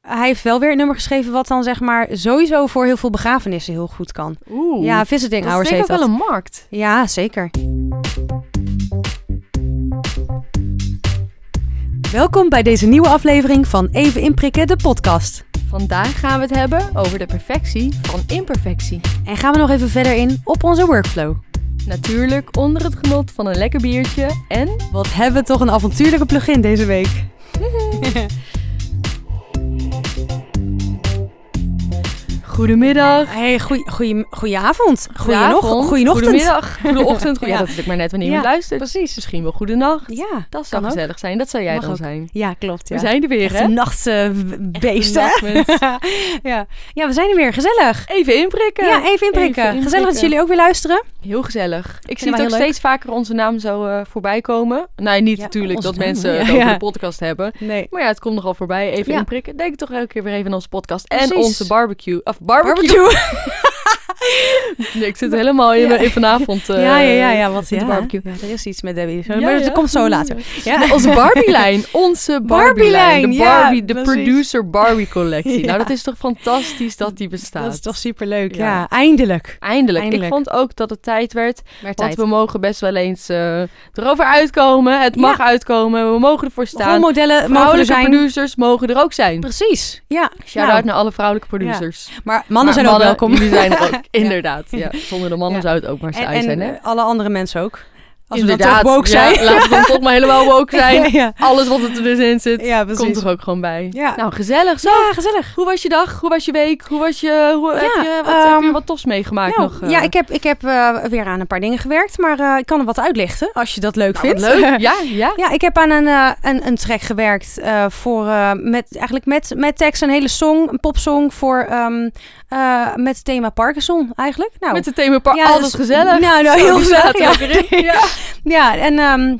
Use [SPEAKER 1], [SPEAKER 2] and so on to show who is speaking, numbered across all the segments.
[SPEAKER 1] hij heeft wel weer een nummer geschreven wat dan zeg maar sowieso voor heel veel begrafenissen heel goed kan.
[SPEAKER 2] Oeh.
[SPEAKER 1] ja, visiting
[SPEAKER 2] dat
[SPEAKER 1] hours
[SPEAKER 2] vind ik
[SPEAKER 1] heet
[SPEAKER 2] ook
[SPEAKER 1] dat.
[SPEAKER 2] wel een markt.
[SPEAKER 1] Ja, zeker. Welkom bij deze nieuwe aflevering van Even inprikken de podcast.
[SPEAKER 2] Vandaag gaan we het hebben over de perfectie van imperfectie.
[SPEAKER 1] En gaan we nog even verder in op onze workflow.
[SPEAKER 2] Natuurlijk onder het genot van een lekker biertje en...
[SPEAKER 1] Wat hebben we toch een avontuurlijke plugin deze week.
[SPEAKER 2] Goedemiddag.
[SPEAKER 1] Hey, goeie, goeie, goeieavond. Goeienog,
[SPEAKER 2] Goedenavond,
[SPEAKER 1] goeienochtend.
[SPEAKER 2] Goedemiddag. Goedenochtend. Goeie- ja,
[SPEAKER 1] Ja.
[SPEAKER 2] dat is natuurlijk maar net wanneer
[SPEAKER 1] Ja,
[SPEAKER 2] je luistert. Precies. Misschien wel goedenacht.
[SPEAKER 1] Ja,
[SPEAKER 2] Dat zou
[SPEAKER 1] kan ook.
[SPEAKER 2] gezellig zijn. Dat zou jij
[SPEAKER 1] Mag
[SPEAKER 2] dan
[SPEAKER 1] ook.
[SPEAKER 2] zijn.
[SPEAKER 1] ja, klopt. Ja.
[SPEAKER 2] We zijn er weer,
[SPEAKER 1] Echt
[SPEAKER 2] hè?
[SPEAKER 1] een nachtse beest, hè?
[SPEAKER 2] nachtmens.
[SPEAKER 1] ja. ja, we zijn er weer. Gezellig.
[SPEAKER 2] Even inprikken.
[SPEAKER 1] Ja, even inprikken.
[SPEAKER 2] inprikken.
[SPEAKER 1] Gezellig dat jullie ook weer luisteren.
[SPEAKER 2] Heel gezellig. Ik
[SPEAKER 1] Vinden
[SPEAKER 2] zie het
[SPEAKER 1] wij
[SPEAKER 2] ook
[SPEAKER 1] heel leuk.
[SPEAKER 2] steeds vaker onze naam zo eh, voorbij komen. Nou, niet
[SPEAKER 1] Ja,
[SPEAKER 2] natuurlijk
[SPEAKER 1] onze
[SPEAKER 2] dat
[SPEAKER 1] naam,
[SPEAKER 2] mensen
[SPEAKER 1] ja.
[SPEAKER 2] het over
[SPEAKER 1] Ja.
[SPEAKER 2] de podcast hebben.
[SPEAKER 1] Nee.
[SPEAKER 2] Maar ja, het komt nogal voorbij. Even
[SPEAKER 1] Ja.
[SPEAKER 2] inprikken. Denk toch elke keer weer even aan onze podcast. En
[SPEAKER 1] Precies.
[SPEAKER 2] onze barbecue. Of barbecue.
[SPEAKER 1] Barbecue.
[SPEAKER 2] Nee, ik zit helemaal in,
[SPEAKER 1] Ja.
[SPEAKER 2] in vanavond. eh,
[SPEAKER 1] ja, ja, ja, ja. Wat
[SPEAKER 2] met
[SPEAKER 1] ja.
[SPEAKER 2] de barbecue.
[SPEAKER 1] Ja, er is iets met Debbie.
[SPEAKER 2] Ja,
[SPEAKER 1] maar
[SPEAKER 2] ja.
[SPEAKER 1] dat komt zo later.
[SPEAKER 2] Nee,
[SPEAKER 1] Ja.
[SPEAKER 2] Onze Barbie-lijn. Onze Barbie-lijn.
[SPEAKER 1] Barbie-lijn,
[SPEAKER 2] de
[SPEAKER 1] ja,
[SPEAKER 2] Barbie, de
[SPEAKER 1] precies.
[SPEAKER 2] producer Barbie-collectie.
[SPEAKER 1] Ja.
[SPEAKER 2] Nou, dat is toch fantastisch dat die bestaat.
[SPEAKER 1] Dat is toch superleuk.
[SPEAKER 2] Ja.
[SPEAKER 1] Ja, eindelijk.
[SPEAKER 2] Eindelijk.
[SPEAKER 1] Eindelijk.
[SPEAKER 2] Ik vond ook dat het tijd werd.
[SPEAKER 1] Maar
[SPEAKER 2] Want we mogen best wel eens eh, erover uitkomen. Het
[SPEAKER 1] Ja.
[SPEAKER 2] mag uitkomen. We mogen ervoor staan.
[SPEAKER 1] Rolmodellen mogen er
[SPEAKER 2] Vrouwelijke
[SPEAKER 1] zijn.
[SPEAKER 2] producers mogen er ook zijn.
[SPEAKER 1] Precies. Ja.
[SPEAKER 2] Shout-out
[SPEAKER 1] Nou,
[SPEAKER 2] naar alle vrouwelijke producers.
[SPEAKER 1] Maar mannen
[SPEAKER 2] Maar
[SPEAKER 1] zijn ook welkom.
[SPEAKER 2] Jullie zijn er ook, inderdaad. Ja. eh, Zonder de mannen
[SPEAKER 1] Ja.
[SPEAKER 2] zou het ook maar saai
[SPEAKER 1] En,
[SPEAKER 2] zijn,
[SPEAKER 1] en
[SPEAKER 2] hè?
[SPEAKER 1] alle andere mensen ook. Als we
[SPEAKER 2] inderdaad.
[SPEAKER 1] dan toch woke
[SPEAKER 2] ja,
[SPEAKER 1] zijn.
[SPEAKER 2] laten we dan toch maar helemaal woke zijn.
[SPEAKER 1] ja.
[SPEAKER 2] Alles wat er dus in zit,
[SPEAKER 1] ja, precies.
[SPEAKER 2] komt er ook gewoon bij.
[SPEAKER 1] Ja.
[SPEAKER 2] Nou, gezellig zo.
[SPEAKER 1] Ja, gezellig.
[SPEAKER 2] Hoe was je dag? Hoe was je week? Hoe was je... Hoe, heb,
[SPEAKER 1] Ja,
[SPEAKER 2] je wat, heb je
[SPEAKER 1] ehm,
[SPEAKER 2] wat tofs meegemaakt
[SPEAKER 1] Nou,
[SPEAKER 2] nog? eh?
[SPEAKER 1] Ja, ik heb, ik heb eh, weer aan een paar dingen gewerkt, maar eh, ik kan er wat uitlichten als je dat leuk
[SPEAKER 2] Nou, wat
[SPEAKER 1] vindt.
[SPEAKER 2] leuk. Ja, ja.
[SPEAKER 1] Ja, ik heb aan een, eh, een, een track gewerkt eh, voor, eh, met, eigenlijk met, met tekst een hele song, een popsong voor, ehm, eh, met thema Parkinson eigenlijk. Nou,
[SPEAKER 2] Met het thema park.
[SPEAKER 1] ja,
[SPEAKER 2] Alles
[SPEAKER 1] dus-
[SPEAKER 2] gezellig.
[SPEAKER 1] Nou, nou,
[SPEAKER 2] Zo,
[SPEAKER 1] heel
[SPEAKER 2] die
[SPEAKER 1] gezellig,
[SPEAKER 2] zaten
[SPEAKER 1] ja.
[SPEAKER 2] ook erin. Ja.
[SPEAKER 1] Ja, en ehm,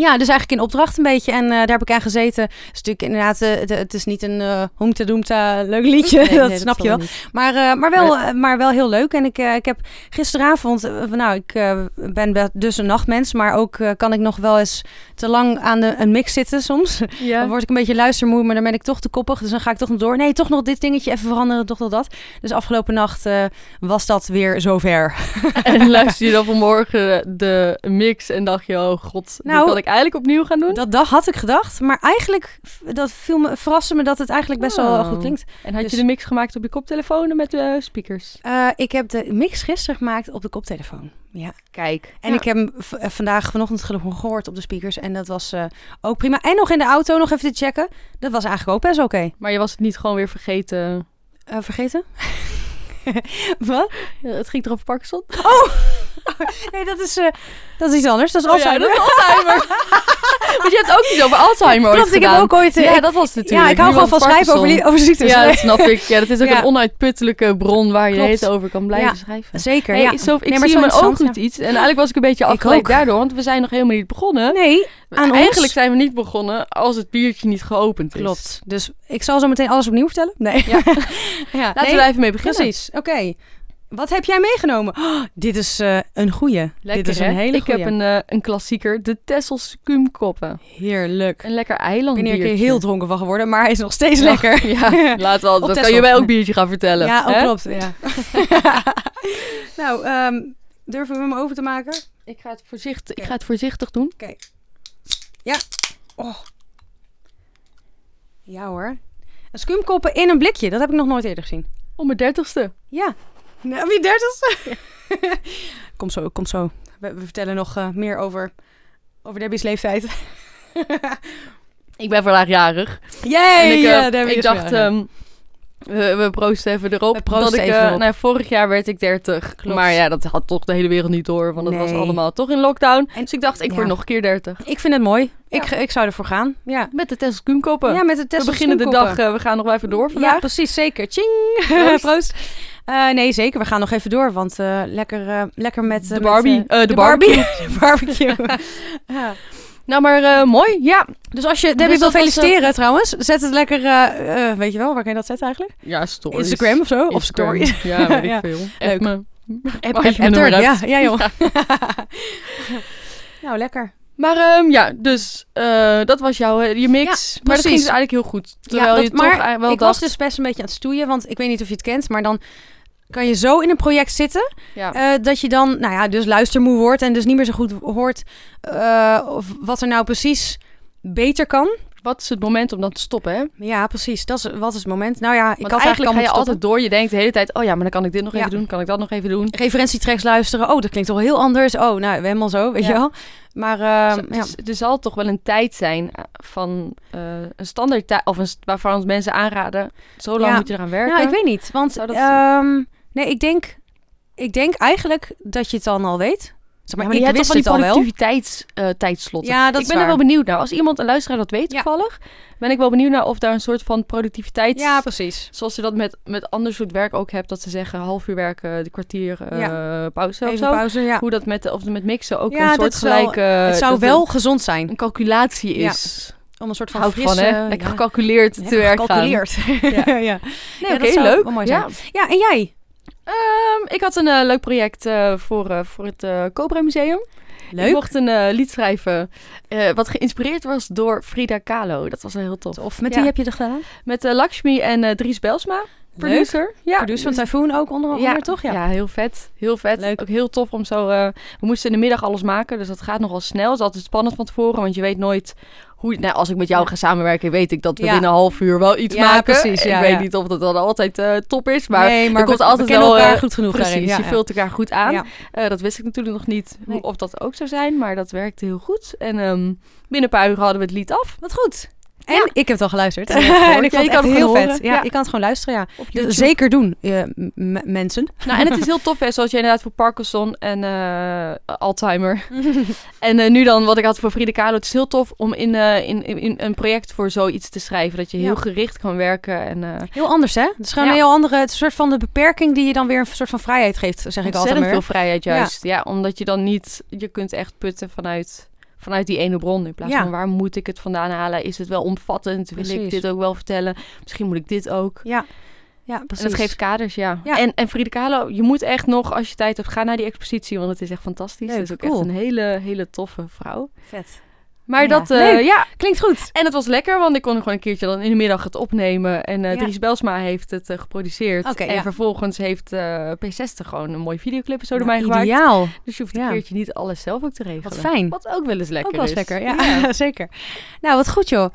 [SPEAKER 1] ja, dus eigenlijk in opdracht een beetje. En eh, daar heb ik aan gezeten. Het is natuurlijk inderdaad, eh, de- het is niet een eh hoemte doemta leuk liedje,
[SPEAKER 2] Nee,
[SPEAKER 1] dat
[SPEAKER 2] nee,
[SPEAKER 1] snap
[SPEAKER 2] zal
[SPEAKER 1] je wel.
[SPEAKER 2] niet.
[SPEAKER 1] Maar, eh, maar, wel, eh, maar wel heel leuk. En ik, eh, ik heb gisteravond, eh, nou, ik eh, ben wel dus een nachtmens, maar ook eh, kan ik nog wel eens te lang aan de, een mix zitten soms.
[SPEAKER 2] Ja.
[SPEAKER 1] Dan word ik een beetje luistermoe, maar dan ben ik toch te koppig. Dus dan ga ik toch nog door. Nee, toch nog dit dingetje even veranderen, toch nog dat. Dus afgelopen nacht eh, was dat weer zover.
[SPEAKER 2] En luister je dan vanmorgen de mix en dacht je, oh god,
[SPEAKER 1] Nou,
[SPEAKER 2] dit kan ik eigenlijk opnieuw gaan doen?
[SPEAKER 1] Dat dag had ik gedacht, maar eigenlijk v- dat viel me, verraste me dat het eigenlijk best wel
[SPEAKER 2] Oh.
[SPEAKER 1] goed klinkt.
[SPEAKER 2] En had
[SPEAKER 1] dus-
[SPEAKER 2] je de mix gemaakt op je koptelefoon en met de speakers?
[SPEAKER 1] Eh, ik heb de mix gisteren gemaakt op de koptelefoon. Ja.
[SPEAKER 2] Kijk.
[SPEAKER 1] En ik heb hem v- eh, vandaag vanochtend gelo- gehoord op de speakers. En dat was eh, ook prima. En nog in de auto nog even te checken. Dat was eigenlijk ook best oké.
[SPEAKER 2] Maar je was het niet gewoon weer vergeten.
[SPEAKER 1] Eh, vergeten? Wat?
[SPEAKER 2] Ja, Het ging toch over Parkinson?
[SPEAKER 1] Oh! nee, dat is, eh, dat is iets anders. Dat is
[SPEAKER 2] Oh ja,
[SPEAKER 1] Alzheimer.
[SPEAKER 2] dat is Alzheimer. Want je hebt ook iets over Alzheimer ooit
[SPEAKER 1] Klopt, ik heb
[SPEAKER 2] gedaan.
[SPEAKER 1] ook ooit... eh,
[SPEAKER 2] Ja,
[SPEAKER 1] ik,
[SPEAKER 2] dat was het natuurlijk.
[SPEAKER 1] ja, ik hou
[SPEAKER 2] Nu
[SPEAKER 1] gewoon van
[SPEAKER 2] was het
[SPEAKER 1] schrijven over,
[SPEAKER 2] Parkinson.
[SPEAKER 1] li- over ziektes.
[SPEAKER 2] Ja, dat snap ik. Ja, dat is ook
[SPEAKER 1] Ja.
[SPEAKER 2] een onuitputtelijke bron waar je de hele
[SPEAKER 1] Klopt.
[SPEAKER 2] tijd over kan blijven
[SPEAKER 1] Ja.
[SPEAKER 2] schrijven.
[SPEAKER 1] Zeker,
[SPEAKER 2] Nee,
[SPEAKER 1] ja.
[SPEAKER 2] zo, ik
[SPEAKER 1] Nee, maar
[SPEAKER 2] zie
[SPEAKER 1] zo
[SPEAKER 2] in mijn
[SPEAKER 1] interessant,
[SPEAKER 2] ooghoed iets. En eigenlijk was ik een beetje
[SPEAKER 1] Ik
[SPEAKER 2] afgeleid
[SPEAKER 1] ook.
[SPEAKER 2] daardoor, want we zijn nog helemaal niet begonnen.
[SPEAKER 1] Nee, aan
[SPEAKER 2] Eigenlijk
[SPEAKER 1] ons.
[SPEAKER 2] zijn we niet begonnen als het biertje niet geopend is.
[SPEAKER 1] Klopt. Dus ik zal zo meteen alles opnieuw vertellen. Nee.
[SPEAKER 2] Ja.
[SPEAKER 1] ja.
[SPEAKER 2] Laten
[SPEAKER 1] nee,
[SPEAKER 2] we daar even mee beginnen.
[SPEAKER 1] Precies. Oké. Wat heb jij meegenomen? Oh, dit is eh, een goeie.
[SPEAKER 2] Lekker,
[SPEAKER 1] dit is een
[SPEAKER 2] hè?
[SPEAKER 1] hele
[SPEAKER 2] Ik
[SPEAKER 1] goeie.
[SPEAKER 2] heb een, eh, een klassieker, de Tessels Kumkoppen.
[SPEAKER 1] Heerlijk.
[SPEAKER 2] Een lekker
[SPEAKER 1] Ik ben
[SPEAKER 2] eilandbiertje.
[SPEAKER 1] hier een keer heel dronken van geworden, maar hij is nog steeds
[SPEAKER 2] Ja.
[SPEAKER 1] lekker.
[SPEAKER 2] Ja, laten we al,
[SPEAKER 1] Op
[SPEAKER 2] dat kan
[SPEAKER 1] Texel.
[SPEAKER 2] je bij ook biertje gaan vertellen.
[SPEAKER 1] Ja, oh,
[SPEAKER 2] hè?
[SPEAKER 1] klopt. Ja. nou, ehm, durven we hem over te maken?
[SPEAKER 2] Ik ga, het voorzichtig, ik ga het voorzichtig doen.
[SPEAKER 1] Ja hoor. Een skumkoppen in een blikje, dat heb ik nog nooit eerder gezien.
[SPEAKER 2] Om mijn dertigste.
[SPEAKER 1] Ja. Nou, wie dertigste? kom zo, kom zo. We, we vertellen nog eh, meer over, over Debbie's leeftijd.
[SPEAKER 2] Ik ben vandaag jarig.
[SPEAKER 1] Yay!
[SPEAKER 2] en ik, eh,
[SPEAKER 1] ja, Debbie
[SPEAKER 2] ik
[SPEAKER 1] is
[SPEAKER 2] dacht,
[SPEAKER 1] weer-
[SPEAKER 2] ehm, we, we proosten even erop.
[SPEAKER 1] We proosten
[SPEAKER 2] dat ik,
[SPEAKER 1] even
[SPEAKER 2] eh,
[SPEAKER 1] erop.
[SPEAKER 2] nou, vorig jaar werd ik dertig.
[SPEAKER 1] Klopt.
[SPEAKER 2] Maar ja, dat had toch de hele wereld niet door. Want dat was
[SPEAKER 1] Nee.
[SPEAKER 2] allemaal toch in lockdown.
[SPEAKER 1] En-
[SPEAKER 2] dus ik dacht, ik
[SPEAKER 1] ja.
[SPEAKER 2] word nog een keer dertig.
[SPEAKER 1] ik vind het mooi. Ik,
[SPEAKER 2] Ja.
[SPEAKER 1] ga- ik zou ervoor gaan. Ja.
[SPEAKER 2] Met de Tessels Kumkoppen.
[SPEAKER 1] Ja, met de test
[SPEAKER 2] we beginnen de dag, eh, we gaan nog wel even door
[SPEAKER 1] Ja,
[SPEAKER 2] vandaag.
[SPEAKER 1] precies, zeker. Ching!
[SPEAKER 2] Proost.
[SPEAKER 1] Proost. Eh, nee, zeker. We gaan nog even door, want eh, lekker, eh, lekker met... eh,
[SPEAKER 2] De
[SPEAKER 1] met,
[SPEAKER 2] Barbie.
[SPEAKER 1] eh,
[SPEAKER 2] Eh, de
[SPEAKER 1] de barbecue. ja.
[SPEAKER 2] Nou, maar eh, mooi. Ja.
[SPEAKER 1] Dus als je...
[SPEAKER 2] Dus
[SPEAKER 1] Debbie wil
[SPEAKER 2] dat was, eh,
[SPEAKER 1] feliciteren trouwens. Zet het lekker... eh, eh, weet je wel, waar kan je dat zetten eigenlijk?
[SPEAKER 2] Ja, stories.
[SPEAKER 1] Instagram of zo? Of stories.
[SPEAKER 2] Ja, weet ik
[SPEAKER 1] Ja.
[SPEAKER 2] veel.
[SPEAKER 1] Leuk.
[SPEAKER 2] App me.
[SPEAKER 1] App-
[SPEAKER 2] Mag je
[SPEAKER 1] app-
[SPEAKER 2] mijn
[SPEAKER 1] app
[SPEAKER 2] nummer
[SPEAKER 1] er.
[SPEAKER 2] uit?
[SPEAKER 1] Ja, ja joh. nou, lekker.
[SPEAKER 2] Maar ehm, ja, dus eh, dat was jouw eh, je mix. maar dat ging
[SPEAKER 1] precies.
[SPEAKER 2] dus eigenlijk heel goed. Terwijl
[SPEAKER 1] dat-
[SPEAKER 2] je toch
[SPEAKER 1] maar
[SPEAKER 2] eigenlijk wel
[SPEAKER 1] ik was
[SPEAKER 2] dacht...
[SPEAKER 1] dus best een beetje aan het stoeien, want ik weet niet of je het kent, maar dan kan je zo in een project zitten
[SPEAKER 2] ja.
[SPEAKER 1] eh, dat je dan, nou ja, dus luistermoe wordt en dus niet meer zo goed hoort eh, of wat er nou precies beter kan.
[SPEAKER 2] Wat is het moment om dan te stoppen, hè?
[SPEAKER 1] Ja, precies. Dat is, wat is het moment? Nou ja, ik
[SPEAKER 2] Want
[SPEAKER 1] had
[SPEAKER 2] eigenlijk
[SPEAKER 1] eigenlijk
[SPEAKER 2] ga
[SPEAKER 1] al
[SPEAKER 2] je
[SPEAKER 1] moeten
[SPEAKER 2] altijd door. Je denkt de hele tijd, oh ja, maar dan kan ik dit nog
[SPEAKER 1] Ja.
[SPEAKER 2] even doen. Kan ik dat nog even doen.
[SPEAKER 1] stoppen. referentietracks luisteren. Oh, dat klinkt toch heel anders. Oh, nou, we helemaal zo, weet
[SPEAKER 2] Ja.
[SPEAKER 1] je wel. Maar ehm,
[SPEAKER 2] Dus-
[SPEAKER 1] ja.
[SPEAKER 2] dus er zal toch wel een tijd zijn eh, van eh, een standaard tijd... Of een, st- waarvan mensen aanraden, zo lang
[SPEAKER 1] Ja.
[SPEAKER 2] moet je eraan werken.
[SPEAKER 1] Nou, ik weet niet. Want
[SPEAKER 2] Zou dat-
[SPEAKER 1] ehm, nee, ik denk, ik denk eigenlijk dat je het dan al weet. Zeg maar,
[SPEAKER 2] Ja, maar
[SPEAKER 1] ik
[SPEAKER 2] je hebt
[SPEAKER 1] wist
[SPEAKER 2] toch van
[SPEAKER 1] het al
[SPEAKER 2] die
[SPEAKER 1] wel.
[SPEAKER 2] productiviteitstijdslotten.
[SPEAKER 1] Ja, dat
[SPEAKER 2] ik
[SPEAKER 1] is
[SPEAKER 2] ben er
[SPEAKER 1] waar.
[SPEAKER 2] wel benieuwd naar. Als iemand een luisteraar dat weet
[SPEAKER 1] Ja.
[SPEAKER 2] toevallig, ben ik wel benieuwd naar of daar een soort van productiviteits...
[SPEAKER 1] Ja, precies.
[SPEAKER 2] Zoals je dat met, met ander soort werk ook hebt, dat ze zeggen half uur werken, de kwartier eh, pauze of
[SPEAKER 1] Even
[SPEAKER 2] zo.
[SPEAKER 1] pauze, ja.
[SPEAKER 2] Hoe dat met, of met mixen ook
[SPEAKER 1] Ja,
[SPEAKER 2] een
[SPEAKER 1] dat
[SPEAKER 2] soort
[SPEAKER 1] is wel-
[SPEAKER 2] gelijk... eh,
[SPEAKER 1] het zou
[SPEAKER 2] dat
[SPEAKER 1] wel gezond zijn
[SPEAKER 2] een calculatie
[SPEAKER 1] Ja.
[SPEAKER 2] is.
[SPEAKER 1] om een soort van
[SPEAKER 2] Hou ik
[SPEAKER 1] frisse...
[SPEAKER 2] van, hè? Lekker
[SPEAKER 1] ja,
[SPEAKER 2] gecalculeerd te
[SPEAKER 1] ja,
[SPEAKER 2] werk gaan.
[SPEAKER 1] gecalculeerd. ja. ja.
[SPEAKER 2] Nee,
[SPEAKER 1] Ja,
[SPEAKER 2] oké,
[SPEAKER 1] dat zou
[SPEAKER 2] leuk.
[SPEAKER 1] wel mooi
[SPEAKER 2] ja.
[SPEAKER 1] zijn. ja, en jij?
[SPEAKER 2] Ehm, ik had een eh, leuk project eh, voor, eh, voor het eh, Cobra Museum. Ik
[SPEAKER 1] Leuk.
[SPEAKER 2] mocht een eh, lied schrijven eh, wat geïnspireerd was door Frida Kahlo. Dat was wel heel tof.
[SPEAKER 1] Of met
[SPEAKER 2] Ja.
[SPEAKER 1] wie heb je dat gedaan?
[SPEAKER 2] Met eh, Lakshmi en eh, Dries Belsma,
[SPEAKER 1] Leuk.
[SPEAKER 2] producer. Ja,
[SPEAKER 1] Producer van Typhoon ook onder andere, toch? Ja.
[SPEAKER 2] Ja, heel vet. Heel vet.
[SPEAKER 1] Leuk.
[SPEAKER 2] Ook heel tof om zo... eh, we moesten in de middag alles maken, dus dat gaat nogal snel. Het is altijd spannend van tevoren, want je weet nooit... Hoe, nou, als ik met jou
[SPEAKER 1] Ja.
[SPEAKER 2] ga samenwerken, weet ik dat we
[SPEAKER 1] Ja.
[SPEAKER 2] binnen een half uur wel iets
[SPEAKER 1] Ja,
[SPEAKER 2] maken.
[SPEAKER 1] precies, ja,
[SPEAKER 2] ik weet
[SPEAKER 1] ja.
[SPEAKER 2] niet of dat dan altijd eh, top is, maar
[SPEAKER 1] nee, maar
[SPEAKER 2] komt
[SPEAKER 1] we,
[SPEAKER 2] altijd
[SPEAKER 1] we kennen
[SPEAKER 2] wel,
[SPEAKER 1] elkaar
[SPEAKER 2] eh,
[SPEAKER 1] goed genoeg
[SPEAKER 2] precies,
[SPEAKER 1] daarin. Ja,
[SPEAKER 2] je
[SPEAKER 1] ja.
[SPEAKER 2] vult elkaar goed aan.
[SPEAKER 1] Ja.
[SPEAKER 2] Eh, dat wist ik natuurlijk nog niet hoe-
[SPEAKER 1] Nee.
[SPEAKER 2] of dat ook zou zijn, maar dat werkte heel goed. En ehm, binnen een paar uur hadden we het lied af.
[SPEAKER 1] Wat goed. En
[SPEAKER 2] Ja.
[SPEAKER 1] ik heb het al geluisterd.
[SPEAKER 2] Ja, ik heb het
[SPEAKER 1] en
[SPEAKER 2] gehoord.
[SPEAKER 1] ik
[SPEAKER 2] Ja,
[SPEAKER 1] vond het
[SPEAKER 2] je kan
[SPEAKER 1] echt
[SPEAKER 2] het
[SPEAKER 1] heel
[SPEAKER 2] gewoon
[SPEAKER 1] vet.
[SPEAKER 2] horen.
[SPEAKER 1] Ja,
[SPEAKER 2] Ja.
[SPEAKER 1] je kan het gewoon luisteren, ja.
[SPEAKER 2] Op
[SPEAKER 1] Dus
[SPEAKER 2] YouTube.
[SPEAKER 1] zeker doen, eh, m- m- mensen.
[SPEAKER 2] Nou, en het is heel tof, hè, zoals je inderdaad voor Parkinson en eh, Alzheimer. en eh, nu dan wat ik had voor Frida Kahlo. Het is heel tof om in, eh, in, in, in een project voor zoiets te schrijven. Dat je heel
[SPEAKER 1] Ja.
[SPEAKER 2] gericht kan werken. En, eh
[SPEAKER 1] Heel anders, hè? Het is gewoon
[SPEAKER 2] Ja.
[SPEAKER 1] een heel andere... Het is een soort van de beperking die je dan weer een soort van vrijheid geeft, zeg ik altijd
[SPEAKER 2] ontzettend
[SPEAKER 1] maar.
[SPEAKER 2] veel vrijheid
[SPEAKER 1] Ja.
[SPEAKER 2] juist. Ja. omdat je dan niet... Je kunt echt putten vanuit, vanuit die ene bron. In plaats
[SPEAKER 1] Ja.
[SPEAKER 2] van waar moet ik het vandaan halen? Is het wel omvattend? Wil ik
[SPEAKER 1] Precies.
[SPEAKER 2] dit ook wel vertellen? Misschien moet ik dit ook.
[SPEAKER 1] Ja, ja precies.
[SPEAKER 2] En dat geeft kaders, ja.
[SPEAKER 1] Ja.
[SPEAKER 2] En, en Frida Kahlo, je moet echt nog, als je tijd hebt, ga naar die expositie, want het is echt fantastisch.
[SPEAKER 1] Leuk,
[SPEAKER 2] het is ook
[SPEAKER 1] cool.
[SPEAKER 2] echt een hele, hele toffe vrouw.
[SPEAKER 1] Vet.
[SPEAKER 2] Maar
[SPEAKER 1] Ja.
[SPEAKER 2] dat, eh,
[SPEAKER 1] Leuk.
[SPEAKER 2] ja.
[SPEAKER 1] Klinkt goed.
[SPEAKER 2] En het was lekker, want ik kon gewoon een keertje dan in de middag het opnemen. En eh
[SPEAKER 1] Ja.
[SPEAKER 2] Dries Belsma heeft het eh, geproduceerd.
[SPEAKER 1] Oké,
[SPEAKER 2] en
[SPEAKER 1] ja.
[SPEAKER 2] vervolgens heeft eh, P60 gewoon een mooie videoclip en zo door mij
[SPEAKER 1] Nou,
[SPEAKER 2] gemaakt.
[SPEAKER 1] Ideaal.
[SPEAKER 2] Dus je hoeft een
[SPEAKER 1] Ja.
[SPEAKER 2] keertje niet alles zelf ook te regelen.
[SPEAKER 1] Wat fijn.
[SPEAKER 2] Wat ook wel eens lekker dus.
[SPEAKER 1] ook wel eens
[SPEAKER 2] is.
[SPEAKER 1] lekker, ja. Zeker. Nou, wat goed joh.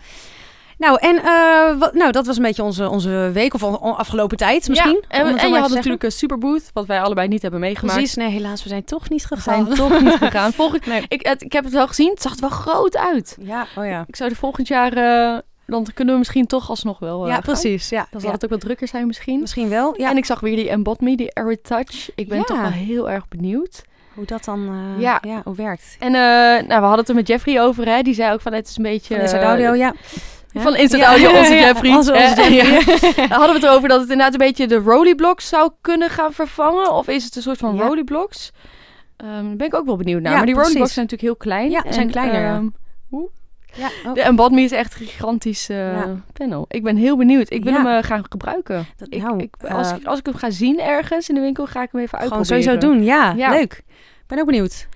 [SPEAKER 1] Nou, en eh, wat, nou, dat was een beetje onze, onze week of on- afgelopen tijd misschien.
[SPEAKER 2] Ja, en
[SPEAKER 1] om het zo maar even
[SPEAKER 2] en je had
[SPEAKER 1] te zeggen.
[SPEAKER 2] natuurlijk een superbooth, wat wij allebei niet hebben meegemaakt.
[SPEAKER 1] Precies, nee, helaas, we zijn toch niet
[SPEAKER 2] We
[SPEAKER 1] gegaan.
[SPEAKER 2] zijn toch niet gegaan. Volgend,
[SPEAKER 1] Nee.
[SPEAKER 2] ik, het- ik heb het wel gezien, het zag er wel groot uit.
[SPEAKER 1] Ja, oh ja.
[SPEAKER 2] Ik zou er volgend jaar, eh, dan kunnen we misschien toch alsnog wel eh,
[SPEAKER 1] ja,
[SPEAKER 2] gaan.
[SPEAKER 1] precies. Ja,
[SPEAKER 2] Dan zal
[SPEAKER 1] ja.
[SPEAKER 2] het ook wat drukker zijn misschien.
[SPEAKER 1] Misschien wel. Ja,
[SPEAKER 2] En ik zag weer die Embod Me, die Arid Touch. Ik ben
[SPEAKER 1] Ja.
[SPEAKER 2] toch wel heel erg benieuwd.
[SPEAKER 1] hoe dat dan eh,
[SPEAKER 2] Ja.
[SPEAKER 1] ja. hoe werkt.
[SPEAKER 2] En eh, nou, we hadden het er met Jeffrey over, hè. Die zei ook van, het is een beetje...
[SPEAKER 1] Van Inside Audio, ja.
[SPEAKER 2] Hè? Van Instant Audio, onze Jeffrey.
[SPEAKER 1] Onze, onze
[SPEAKER 2] Eh,
[SPEAKER 1] Jeffrey.
[SPEAKER 2] Daar hadden we het over dat het inderdaad een beetje de rollyblocks zou kunnen gaan vervangen. Of is het een soort van
[SPEAKER 1] Ja.
[SPEAKER 2] rollyblocks? Ehm, daar ben ik ook wel benieuwd naar.
[SPEAKER 1] Ja,
[SPEAKER 2] maar die
[SPEAKER 1] precies.
[SPEAKER 2] rollyblocks zijn natuurlijk heel klein.
[SPEAKER 1] Ja,
[SPEAKER 2] en,
[SPEAKER 1] zijn kleiner, ja.
[SPEAKER 2] ehm,
[SPEAKER 1] Ja, oh,
[SPEAKER 2] De Embod Me is echt een gigantisch eh,
[SPEAKER 1] Ja.
[SPEAKER 2] panel. Ik ben heel benieuwd. Ik wil
[SPEAKER 1] Ja.
[SPEAKER 2] hem eh, gaan gebruiken.
[SPEAKER 1] dat-
[SPEAKER 2] Ik,
[SPEAKER 1] nou,
[SPEAKER 2] ik, als,
[SPEAKER 1] eh,
[SPEAKER 2] ik, als ik hem ga zien ergens in de winkel, ga ik hem even
[SPEAKER 1] gewoon
[SPEAKER 2] uitproberen.
[SPEAKER 1] sowieso doen. Ja,
[SPEAKER 2] Ja.
[SPEAKER 1] leuk. Ik ben ook benieuwd.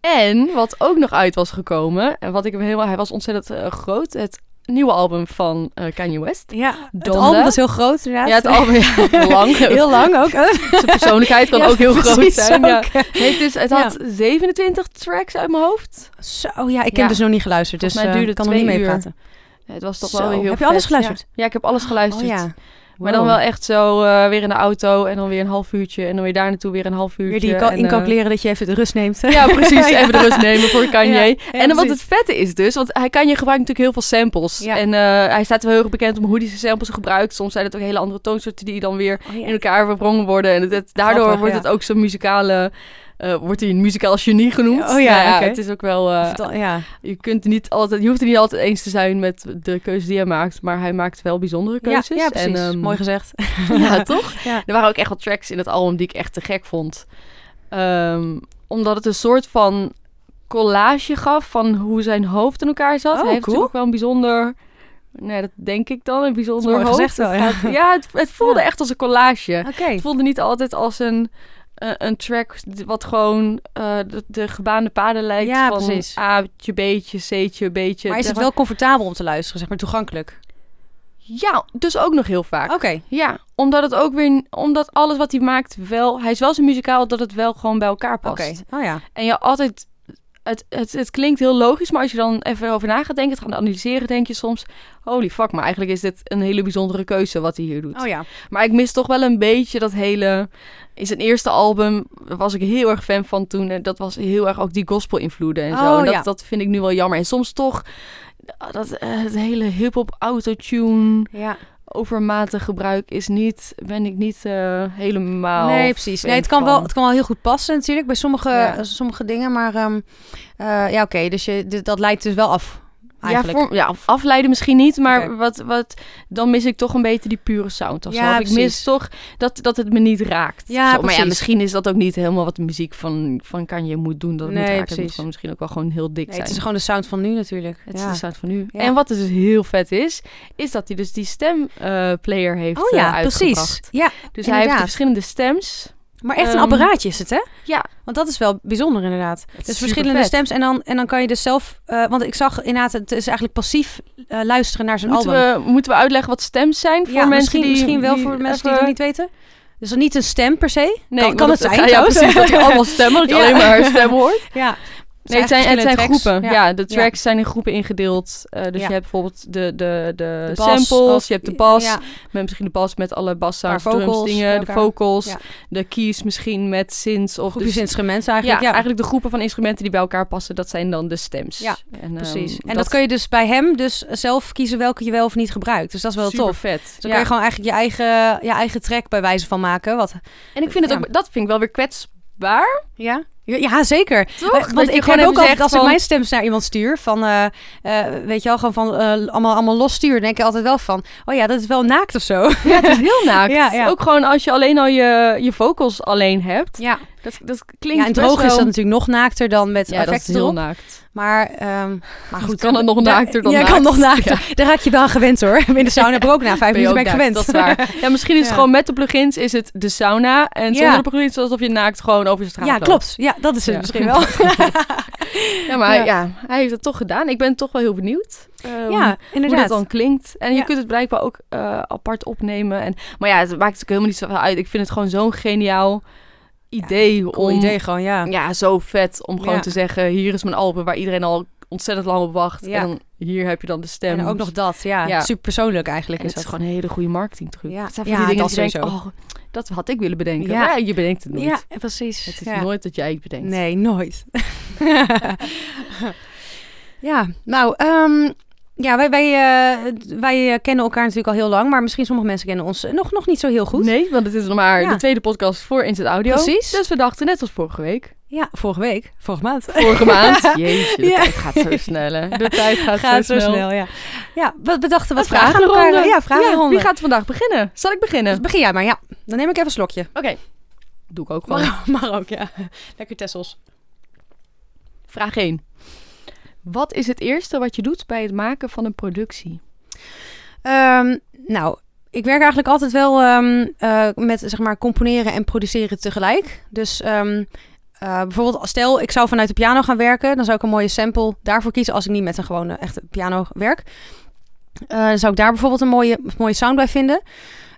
[SPEAKER 2] En wat ook nog uit was gekomen, en wat ik hem helemaal, hij was ontzettend eh, groot, het nieuwe album van eh, Kanye West.
[SPEAKER 1] Ja, het
[SPEAKER 2] Donda.
[SPEAKER 1] album was heel groot inderdaad.
[SPEAKER 2] Ja, het album ja, lang.
[SPEAKER 1] heel lang ook. hè?
[SPEAKER 2] Zijn persoonlijkheid kan
[SPEAKER 1] Ja,
[SPEAKER 2] ook heel groot
[SPEAKER 1] precies
[SPEAKER 2] zijn. Ja.
[SPEAKER 1] ook.
[SPEAKER 2] Nee, het is, het
[SPEAKER 1] Ja.
[SPEAKER 2] had 27 tracks uit mijn hoofd.
[SPEAKER 1] Zo, ja, ik heb
[SPEAKER 2] Ja.
[SPEAKER 1] dus nog niet geluisterd, dus
[SPEAKER 2] Volgens mij
[SPEAKER 1] eh,
[SPEAKER 2] duurde
[SPEAKER 1] ik kan
[SPEAKER 2] het
[SPEAKER 1] er niet mee
[SPEAKER 2] twee uur.
[SPEAKER 1] praten.
[SPEAKER 2] Ja, Het was toch
[SPEAKER 1] Zo,
[SPEAKER 2] wel weer heel
[SPEAKER 1] heb je alles
[SPEAKER 2] vet.
[SPEAKER 1] geluisterd?
[SPEAKER 2] Ja. Ja, ik heb alles Oh, geluisterd. Maar dan
[SPEAKER 1] Oh, Wow.
[SPEAKER 2] wel echt zo eh, weer in de auto en dan weer een half uurtje en dan weer daar naartoe weer een half uurtje.
[SPEAKER 1] Weer die
[SPEAKER 2] en,
[SPEAKER 1] kan
[SPEAKER 2] eh,
[SPEAKER 1] incalculeren dat je even de rust neemt.
[SPEAKER 2] Ja, precies. Even de rust nemen voor Kanye.
[SPEAKER 1] Ja, ja,
[SPEAKER 2] en dan wat het
[SPEAKER 1] precies.
[SPEAKER 2] vette is dus, want hij Kanye gebruikt natuurlijk heel veel samples.
[SPEAKER 1] Ja.
[SPEAKER 2] En eh, hij staat wel heel erg bekend om hoe hij zijn samples gebruikt. Soms zijn het ook hele andere toonsoorten die dan weer
[SPEAKER 1] Oh, ja.
[SPEAKER 2] in elkaar verwrongen worden. En het, het- daardoor
[SPEAKER 1] Grappig,
[SPEAKER 2] wordt
[SPEAKER 1] ja.
[SPEAKER 2] het ook zo'n muzikale... eh, wordt hij een muzikaal genie genoemd.
[SPEAKER 1] Oh ja,
[SPEAKER 2] Nou
[SPEAKER 1] oké.
[SPEAKER 2] Het is ook wel... eh,
[SPEAKER 1] Vertel- ja.
[SPEAKER 2] je, kunt niet altijd, je hoeft het niet altijd eens te zijn met de keuze die hij maakt. Maar hij maakt wel bijzondere
[SPEAKER 1] Ja,
[SPEAKER 2] keuzes.
[SPEAKER 1] ja, precies.
[SPEAKER 2] En, ehm,
[SPEAKER 1] Mooi gezegd.
[SPEAKER 2] ja, toch?
[SPEAKER 1] Ja.
[SPEAKER 2] Er waren ook echt wel tracks in het album die ik echt te gek vond. Ehm, omdat het een soort van collage gaf van hoe zijn hoofd in elkaar zat.
[SPEAKER 1] Oh,
[SPEAKER 2] Hij heeft
[SPEAKER 1] cool.
[SPEAKER 2] natuurlijk ook wel een bijzonder... Nee, dat denk ik dan, een bijzonder
[SPEAKER 1] mooi
[SPEAKER 2] hoofd.
[SPEAKER 1] gezegd wel,
[SPEAKER 2] Het
[SPEAKER 1] ja.
[SPEAKER 2] gaat- ja, het, het voelde
[SPEAKER 1] Ja.
[SPEAKER 2] echt als een collage.
[SPEAKER 1] Oké.
[SPEAKER 2] Het voelde niet altijd als een... eh, een track wat gewoon eh, de, de gebaande paden lijkt.
[SPEAKER 1] Ja,
[SPEAKER 2] van
[SPEAKER 1] precies.
[SPEAKER 2] A'tje, B'tje, C'tje, B'tje.
[SPEAKER 1] Maar is
[SPEAKER 2] zeg
[SPEAKER 1] het wel comfortabel om te luisteren, zeg maar toegankelijk?
[SPEAKER 2] Ja, dus ook nog heel vaak.
[SPEAKER 1] Oké.
[SPEAKER 2] Ja, omdat het ook weer, omdat alles wat hij maakt wel, hij is wel zo muzikaal dat het wel gewoon bij elkaar past.
[SPEAKER 1] Oké. Oh ja.
[SPEAKER 2] En je altijd, het, het, het klinkt heel logisch, maar als je dan even over na gaat denken, het gaan analyseren, denk je soms, holy fuck, maar eigenlijk is dit een hele bijzondere keuze wat hij hier doet.
[SPEAKER 1] Oh ja.
[SPEAKER 2] Maar ik mis toch wel een beetje dat hele, in zijn eerste album was ik heel erg fan van toen, en dat was heel erg ook die gospel invloeden en zo.
[SPEAKER 1] Oh,
[SPEAKER 2] En dat,
[SPEAKER 1] ja.
[SPEAKER 2] dat vind ik nu wel jammer. En soms toch, dat, eh, het hele hip-hop autotune
[SPEAKER 1] Ja.
[SPEAKER 2] overmatig gebruik is niet, ben ik niet eh, helemaal.
[SPEAKER 1] nee, precies.
[SPEAKER 2] fan
[SPEAKER 1] Nee, het kan, wel,
[SPEAKER 2] van.
[SPEAKER 1] het kan wel heel goed passen natuurlijk bij sommige,
[SPEAKER 2] Ja.
[SPEAKER 1] sommige dingen. Maar ehm, eh, ja, oké. dus je, dit- dat leidt dus wel af eigenlijk.
[SPEAKER 2] Ja, voor- ja, afleiden misschien niet, maar
[SPEAKER 1] Oké.
[SPEAKER 2] wat, wat, dan mis ik toch een beetje die pure sound. Of zo.
[SPEAKER 1] Ja,
[SPEAKER 2] Of Ik mis
[SPEAKER 1] precies.
[SPEAKER 2] toch dat, dat het me niet raakt.
[SPEAKER 1] Ja,
[SPEAKER 2] zo. Maar ja,
[SPEAKER 1] precies.
[SPEAKER 2] misschien is dat ook niet helemaal wat de muziek van, van Kanye moet doen. Dat het moet
[SPEAKER 1] Nee,
[SPEAKER 2] raken. Het moet
[SPEAKER 1] precies.
[SPEAKER 2] gewoon misschien ook wel gewoon heel dik
[SPEAKER 1] Nee,
[SPEAKER 2] zijn.
[SPEAKER 1] het is gewoon de sound van nu natuurlijk.
[SPEAKER 2] Het
[SPEAKER 1] ja.
[SPEAKER 2] is dus, de sound van nu.
[SPEAKER 1] Ja.
[SPEAKER 2] En wat het dus heel vet is, is dat hij dus die stemplayer player heeft
[SPEAKER 1] oh
[SPEAKER 2] eh,
[SPEAKER 1] ja, precies.
[SPEAKER 2] uitgebracht.
[SPEAKER 1] Ja,
[SPEAKER 2] Dus hij heeft
[SPEAKER 1] Inderdaad.
[SPEAKER 2] de verschillende stems.
[SPEAKER 1] maar echt een
[SPEAKER 2] Ehm,
[SPEAKER 1] apparaatje is het, hè?
[SPEAKER 2] Ja,
[SPEAKER 1] Want dat is wel bijzonder inderdaad.
[SPEAKER 2] het is
[SPEAKER 1] Dus verschillende
[SPEAKER 2] supervet.
[SPEAKER 1] stems en dan, en dan kan je dus zelf... eh, want ik zag inderdaad, het is eigenlijk passief eh, luisteren naar zijn
[SPEAKER 2] Moeten
[SPEAKER 1] album.
[SPEAKER 2] we, moeten we uitleggen wat stems zijn voor
[SPEAKER 1] ja,
[SPEAKER 2] mensen
[SPEAKER 1] misschien,
[SPEAKER 2] die...
[SPEAKER 1] misschien wel
[SPEAKER 2] die
[SPEAKER 1] voor mensen die
[SPEAKER 2] even-
[SPEAKER 1] dat niet weten. Dus dan niet een stem per se. kan,
[SPEAKER 2] Nee, want
[SPEAKER 1] kan het zijn
[SPEAKER 2] Ja,
[SPEAKER 1] trouwens.
[SPEAKER 2] precies, dat je allemaal stemmen, dat je
[SPEAKER 1] Ja.
[SPEAKER 2] alleen maar haar stem hoort.
[SPEAKER 1] Ja.
[SPEAKER 2] Nee, het zijn, het zijn groepen. Ja. de
[SPEAKER 1] Ja.
[SPEAKER 2] tracks zijn in groepen ingedeeld. Eh, dus
[SPEAKER 1] Ja.
[SPEAKER 2] je hebt bijvoorbeeld de, de, de,
[SPEAKER 1] De bas
[SPEAKER 2] samples,
[SPEAKER 1] of-
[SPEAKER 2] je hebt de bas,
[SPEAKER 1] Ja,
[SPEAKER 2] met misschien de bas met alle bassounds,
[SPEAKER 1] Paar vocals
[SPEAKER 2] drums dingen,
[SPEAKER 1] bij
[SPEAKER 2] de
[SPEAKER 1] elkaar.
[SPEAKER 2] vocals,
[SPEAKER 1] Ja.
[SPEAKER 2] de keys misschien met synths. Of
[SPEAKER 1] groepjes
[SPEAKER 2] dus-
[SPEAKER 1] instrumenten
[SPEAKER 2] ja,
[SPEAKER 1] eigenlijk. Ja,
[SPEAKER 2] eigenlijk de groepen van instrumenten die bij elkaar passen, dat zijn dan de stems.
[SPEAKER 1] Ja,
[SPEAKER 2] en, ehm,
[SPEAKER 1] precies. en dat, kun je dus bij hem dus zelf kiezen welke je wel of niet gebruikt. Dus dat is wel
[SPEAKER 2] super
[SPEAKER 1] tof.
[SPEAKER 2] vet.
[SPEAKER 1] Dus dan kun je gewoon eigenlijk je eigen, je eigen track bij wijze van maken. Wat,
[SPEAKER 2] En ik vind het
[SPEAKER 1] Ja.
[SPEAKER 2] ook, dat vind ik wel weer kwetsbaar,
[SPEAKER 1] ja? Ja, zeker.
[SPEAKER 2] toch?
[SPEAKER 1] Eh,
[SPEAKER 2] Dat
[SPEAKER 1] Want
[SPEAKER 2] je
[SPEAKER 1] ik
[SPEAKER 2] gewoon
[SPEAKER 1] heb ook
[SPEAKER 2] even
[SPEAKER 1] altijd,
[SPEAKER 2] zegt
[SPEAKER 1] als ik
[SPEAKER 2] van-
[SPEAKER 1] mijn stems naar iemand stuur, van, eh, eh, weet je wel, gewoon van eh, allemaal, allemaal los stuur, denk ik altijd wel van, oh ja, dat is wel naakt of zo.
[SPEAKER 2] Ja, het is heel naakt.
[SPEAKER 1] Ja, ja.
[SPEAKER 2] Ook gewoon als je alleen al je, je vocals alleen hebt.
[SPEAKER 1] Ja,
[SPEAKER 2] Dat, dat klinkt
[SPEAKER 1] ja en
[SPEAKER 2] best
[SPEAKER 1] droog is
[SPEAKER 2] wel-
[SPEAKER 1] dat natuurlijk nog naakter dan met
[SPEAKER 2] Ja, dat is
[SPEAKER 1] effecten
[SPEAKER 2] heel
[SPEAKER 1] erop.
[SPEAKER 2] naakt.
[SPEAKER 1] Maar, ehm, maar goed.
[SPEAKER 2] kan het nog
[SPEAKER 1] Daar-
[SPEAKER 2] naakter dan
[SPEAKER 1] Ja,
[SPEAKER 2] naakt.
[SPEAKER 1] kan nog naakter. Daar raak je wel aan gewend hoor. In de sauna heb ik ook na vijf
[SPEAKER 2] Ben je
[SPEAKER 1] minuten
[SPEAKER 2] ook
[SPEAKER 1] ben ik
[SPEAKER 2] naakt,
[SPEAKER 1] gewend.
[SPEAKER 2] Dat is waar. Ja, misschien is het
[SPEAKER 1] Ja.
[SPEAKER 2] gewoon met de plugins is het de sauna. En zonder
[SPEAKER 1] Ja.
[SPEAKER 2] de plugins is het alsof je naakt gewoon over de straat
[SPEAKER 1] Ja,
[SPEAKER 2] loopt.
[SPEAKER 1] klopt. Ja, dat is het
[SPEAKER 2] Ja.
[SPEAKER 1] misschien wel.
[SPEAKER 2] Ja, maar ja.
[SPEAKER 1] Ja.
[SPEAKER 2] hij heeft het toch gedaan. Ik ben toch wel heel benieuwd. ehm,
[SPEAKER 1] ja,
[SPEAKER 2] Hoe dat
[SPEAKER 1] inderdaad.
[SPEAKER 2] dan klinkt. En je
[SPEAKER 1] Ja.
[SPEAKER 2] kunt het blijkbaar ook eh, apart opnemen. En, maar ja, het maakt natuurlijk helemaal niet zoveel uit. Ik vind het gewoon zo'n geniaal idee
[SPEAKER 1] Cool
[SPEAKER 2] om
[SPEAKER 1] idee gewoon, ja.
[SPEAKER 2] Ja, zo vet om gewoon
[SPEAKER 1] Ja.
[SPEAKER 2] te zeggen: hier is mijn album waar iedereen al ontzettend lang op wacht.
[SPEAKER 1] Ja.
[SPEAKER 2] En dan, hier heb je dan de stem.
[SPEAKER 1] En ook nog dat, ja.
[SPEAKER 2] Ja.
[SPEAKER 1] Super persoonlijk eigenlijk
[SPEAKER 2] En het
[SPEAKER 1] is
[SPEAKER 2] is
[SPEAKER 1] dat.
[SPEAKER 2] gewoon een hele goede marketingtruc.
[SPEAKER 1] Ja.
[SPEAKER 2] Het zijn van
[SPEAKER 1] Ja,
[SPEAKER 2] die dingen
[SPEAKER 1] dat
[SPEAKER 2] die je denkt,
[SPEAKER 1] sowieso.
[SPEAKER 2] oh, dat had ik willen bedenken.
[SPEAKER 1] Ja.
[SPEAKER 2] Maar ja, je bedenkt het nooit.
[SPEAKER 1] Ja, precies.
[SPEAKER 2] Het is
[SPEAKER 1] Ja.
[SPEAKER 2] nooit dat jij het bedenkt.
[SPEAKER 1] Nee, nooit. ja, nou, ehm, ja, wij, wij, eh, wij eh, kennen elkaar natuurlijk al heel lang, maar misschien sommige mensen kennen ons eh, nog, nog niet zo heel goed.
[SPEAKER 2] Nee, want het is nog maar
[SPEAKER 1] Ja.
[SPEAKER 2] de tweede podcast voor Instant Audio.
[SPEAKER 1] Precies.
[SPEAKER 2] Dus we dachten, net als vorige week,
[SPEAKER 1] Ja, vorige week, vorige maand.
[SPEAKER 2] vorige maand. Jeetje, de
[SPEAKER 1] Ja.
[SPEAKER 2] tijd gaat zo snel. hè. De tijd gaat,
[SPEAKER 1] Gaat zo snel. ja. Ja, we bedachten wat
[SPEAKER 2] Wat
[SPEAKER 1] vragen,
[SPEAKER 2] vragen
[SPEAKER 1] aan elkaar. eh,
[SPEAKER 2] ronde.
[SPEAKER 1] Ja, vragen
[SPEAKER 2] Ja, wie gaat vandaag beginnen? Zal ik beginnen?
[SPEAKER 1] Dus begin jij maar, ja. Dan neem ik even een slokje.
[SPEAKER 2] Oké. Doe ik ook gewoon.
[SPEAKER 1] maar ook, ja. Lekker tessels.
[SPEAKER 2] Vraag 1. Wat is het eerste wat je doet bij het maken van een productie?
[SPEAKER 1] nou, ik werk eigenlijk altijd wel ehm, eh, met, zeg maar, componeren en produceren tegelijk. Dus ehm, eh, bijvoorbeeld, stel ik zou vanuit de piano gaan werken, dan zou ik een mooie sample daarvoor kiezen als ik niet met een gewone echte piano werk. Eh, dan zou ik daar bijvoorbeeld een mooie, mooie sound bij vinden.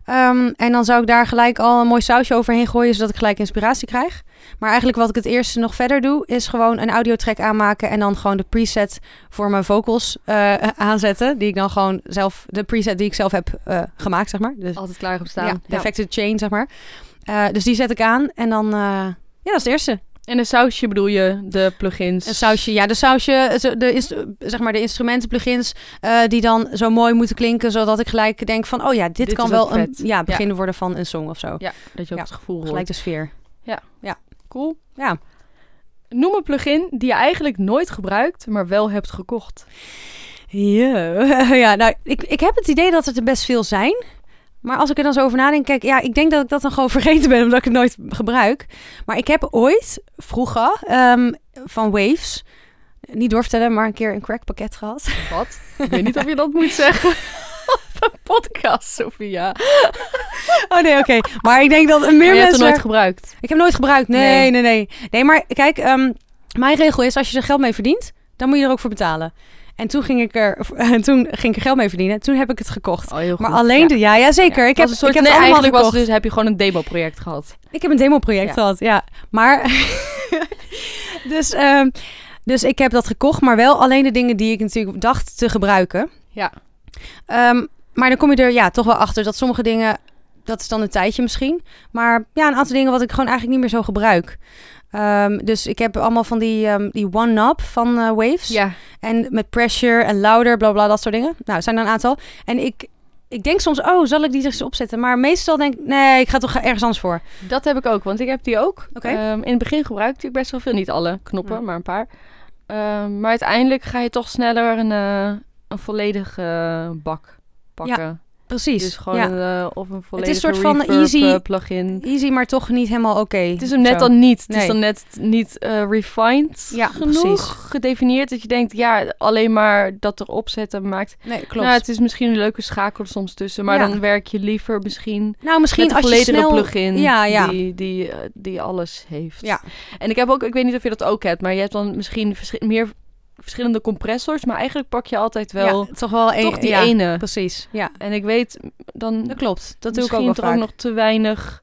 [SPEAKER 1] Ehm, en dan zou ik daar gelijk al een mooi sausje overheen gooien, zodat ik gelijk inspiratie krijg. Maar eigenlijk wat ik het eerste nog verder doe, is gewoon een audiotrack aanmaken en dan gewoon de preset voor mijn vocals eh, aanzetten. Die ik dan gewoon zelf, de preset die ik zelf heb eh, gemaakt, zeg maar. Dus
[SPEAKER 2] Altijd klaar op
[SPEAKER 1] ja,
[SPEAKER 2] staan.
[SPEAKER 1] de effected chain, zeg maar. Eh, dus die zet ik aan en dan, eh, ja, dat is het eerste.
[SPEAKER 2] En een sausje bedoel je de plugins?
[SPEAKER 1] Een sausje, ja, de sausje, zo- de, inst- zeg maar de instrumenten, plugins, eh, die dan zo mooi moeten klinken, zodat ik gelijk denk van, oh ja, dit,
[SPEAKER 2] Dit
[SPEAKER 1] kan
[SPEAKER 2] is ook
[SPEAKER 1] wel een
[SPEAKER 2] vet.
[SPEAKER 1] ja, begin worden van een song of zo.
[SPEAKER 2] Ja, dat je ook
[SPEAKER 1] Ja,
[SPEAKER 2] het gevoel hoort.
[SPEAKER 1] Gelijk de sfeer.
[SPEAKER 2] Cool.
[SPEAKER 1] Ja.
[SPEAKER 2] Noem een plugin die je eigenlijk nooit gebruikt, maar wel hebt gekocht.
[SPEAKER 1] ja, nou, ik, ik heb het idee dat het er best veel zijn. Maar als ik er dan zo over nadenk, kijk, ja, ik denk dat ik dat dan gewoon vergeten ben, omdat ik het nooit gebruik. Maar ik heb ooit, vroeger, ehm, van Waves, niet doorvertellen, maar een keer een crackpakket gehad.
[SPEAKER 2] Wat? Ik weet niet of je dat moet zeggen. Op een podcast, Sophia.
[SPEAKER 1] Oh nee, oké. Maar ik denk dat meer
[SPEAKER 2] Maar je hebt
[SPEAKER 1] mensen...
[SPEAKER 2] het nooit gebruikt.
[SPEAKER 1] Ik heb nooit gebruikt. Nee, nee,
[SPEAKER 2] Nee.
[SPEAKER 1] nee. Nee, maar kijk, ehm, mijn regel is: als je er geld mee verdient, dan moet je er ook voor betalen. En toen ging ik er, en toen ging ik er geld mee verdienen. Toen heb ik het gekocht.
[SPEAKER 2] Oh, heel goed.
[SPEAKER 1] Maar alleen
[SPEAKER 2] Ja.
[SPEAKER 1] de. Ja, ja zeker. Ik,
[SPEAKER 2] Het
[SPEAKER 1] heb,
[SPEAKER 2] was een soort,
[SPEAKER 1] ik heb
[SPEAKER 2] nee,
[SPEAKER 1] het allemaal
[SPEAKER 2] eigenlijk was
[SPEAKER 1] gekocht.
[SPEAKER 2] het dus heb je gewoon een demo-project gehad.
[SPEAKER 1] Ik heb een demoproject
[SPEAKER 2] Ja.
[SPEAKER 1] gehad, ja. Maar. dus, ehm, dus ik heb dat gekocht, maar wel alleen de dingen die ik natuurlijk dacht te gebruiken.
[SPEAKER 2] Ja.
[SPEAKER 1] Ehm, maar dan kom je er ja, toch wel achter dat sommige dingen. Dat is dan een tijdje misschien. Maar ja, een aantal dingen wat ik gewoon eigenlijk niet meer zo gebruik. Ehm, dus ik heb allemaal van die, ehm, die one-up van eh, Waves.
[SPEAKER 2] Ja.
[SPEAKER 1] En met pressure en louder, bla bla, dat soort dingen. Nou, er zijn er een aantal. En ik, ik denk soms, oh, zal ik die er eens opzetten? Maar meestal denk ik, nee, ik ga toch ergens anders voor.
[SPEAKER 2] Dat heb ik ook, want ik heb die ook.
[SPEAKER 1] Oké.
[SPEAKER 2] Ehm, in het begin gebruikte ik best wel veel. Niet alle knoppen,
[SPEAKER 1] Ja.
[SPEAKER 2] maar een paar. Ehm, maar uiteindelijk ga je toch sneller een, eh, een volledige eh, bak pakken.
[SPEAKER 1] Precies.
[SPEAKER 2] Dus gewoon
[SPEAKER 1] ja.
[SPEAKER 2] een, eh, of een volledige
[SPEAKER 1] soort van
[SPEAKER 2] reverb,
[SPEAKER 1] easy-
[SPEAKER 2] eh, plugin.
[SPEAKER 1] Easy, maar toch niet helemaal oké.
[SPEAKER 2] Het is hem net
[SPEAKER 1] Zo.
[SPEAKER 2] dan niet. Het
[SPEAKER 1] Nee.
[SPEAKER 2] is dan net niet eh, refined
[SPEAKER 1] Ja,
[SPEAKER 2] genoeg
[SPEAKER 1] precies.
[SPEAKER 2] gedefinieerd. Dat je denkt, ja, alleen maar dat erop zetten maakt...
[SPEAKER 1] Nee, klopt.
[SPEAKER 2] Nou,
[SPEAKER 1] Nou,
[SPEAKER 2] het is misschien een leuke schakel soms tussen. Maar
[SPEAKER 1] Ja.
[SPEAKER 2] dan werk je liever misschien
[SPEAKER 1] nou, misschien
[SPEAKER 2] met een
[SPEAKER 1] als je
[SPEAKER 2] volledige
[SPEAKER 1] snel...
[SPEAKER 2] plugin
[SPEAKER 1] Ja, ja.
[SPEAKER 2] Die, die, eh, die alles heeft.
[SPEAKER 1] Ja.
[SPEAKER 2] En ik heb ook, ik weet niet of je dat ook hebt, maar je hebt dan misschien verschi- meer verschillende compressors, maar eigenlijk pak je altijd wel
[SPEAKER 1] Ja, toch wel één.
[SPEAKER 2] toch die
[SPEAKER 1] ja,
[SPEAKER 2] ene.
[SPEAKER 1] Precies. Ja,
[SPEAKER 2] En ik weet dan
[SPEAKER 1] dat klopt. Dat doe ik ook
[SPEAKER 2] misschien
[SPEAKER 1] wel
[SPEAKER 2] toch
[SPEAKER 1] vaak.
[SPEAKER 2] nog te weinig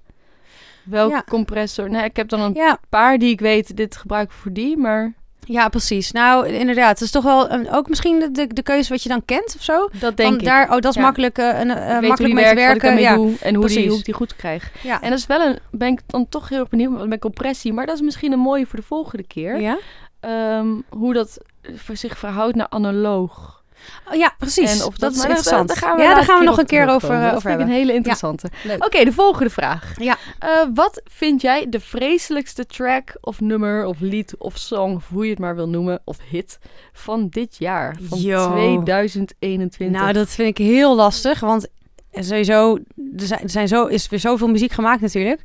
[SPEAKER 2] welke
[SPEAKER 1] Ja.
[SPEAKER 2] compressor. Nee, ik heb dan een
[SPEAKER 1] Ja,
[SPEAKER 2] paar die ik weet, dit gebruik ik voor die, maar
[SPEAKER 1] ja, precies. Nou, inderdaad. Het is toch wel eh, ook misschien de, de, de keuze wat je dan kent of zo.
[SPEAKER 2] dat denk
[SPEAKER 1] Van
[SPEAKER 2] ik.
[SPEAKER 1] Daar, oh, dat is
[SPEAKER 2] Ja.
[SPEAKER 1] makkelijk, eh, een, eh,
[SPEAKER 2] Ik weet hoe
[SPEAKER 1] makkelijk
[SPEAKER 2] die
[SPEAKER 1] mee
[SPEAKER 2] werkt,
[SPEAKER 1] te
[SPEAKER 2] wat ik
[SPEAKER 1] werken.
[SPEAKER 2] daarmee
[SPEAKER 1] ja.
[SPEAKER 2] doe en hoe, die,
[SPEAKER 1] precies.
[SPEAKER 2] hoe ik die goed krijg.
[SPEAKER 1] Ja.
[SPEAKER 2] En dat is wel een, ben ik dan toch heel erg benieuwd met compressie, maar dat is misschien een mooie voor de volgende keer.
[SPEAKER 1] ja?
[SPEAKER 2] ehm, hoe dat voor zich verhoudt naar analoog.
[SPEAKER 1] Oh, ja, precies.
[SPEAKER 2] En of
[SPEAKER 1] dat is
[SPEAKER 2] maar
[SPEAKER 1] interessant.
[SPEAKER 2] eh, Daar gaan we,
[SPEAKER 1] ja, daar
[SPEAKER 2] later
[SPEAKER 1] gaan we nog
[SPEAKER 2] op
[SPEAKER 1] een keer over,
[SPEAKER 2] terugkomen.
[SPEAKER 1] eh,
[SPEAKER 2] Dat
[SPEAKER 1] over
[SPEAKER 2] vind ik
[SPEAKER 1] hebben.
[SPEAKER 2] een hele interessante.
[SPEAKER 1] Leuk.
[SPEAKER 2] Oké, de volgende vraag.
[SPEAKER 1] Ja.
[SPEAKER 2] Eh, wat vind jij de vreselijkste track of nummer of lied of song, of hoe je het maar wil noemen, of hit van dit jaar? Van
[SPEAKER 1] Yo.
[SPEAKER 2] 2021.
[SPEAKER 1] Nou, dat vind ik heel lastig, want sowieso, er, zijn, er zijn zo, is weer zoveel muziek gemaakt natuurlijk.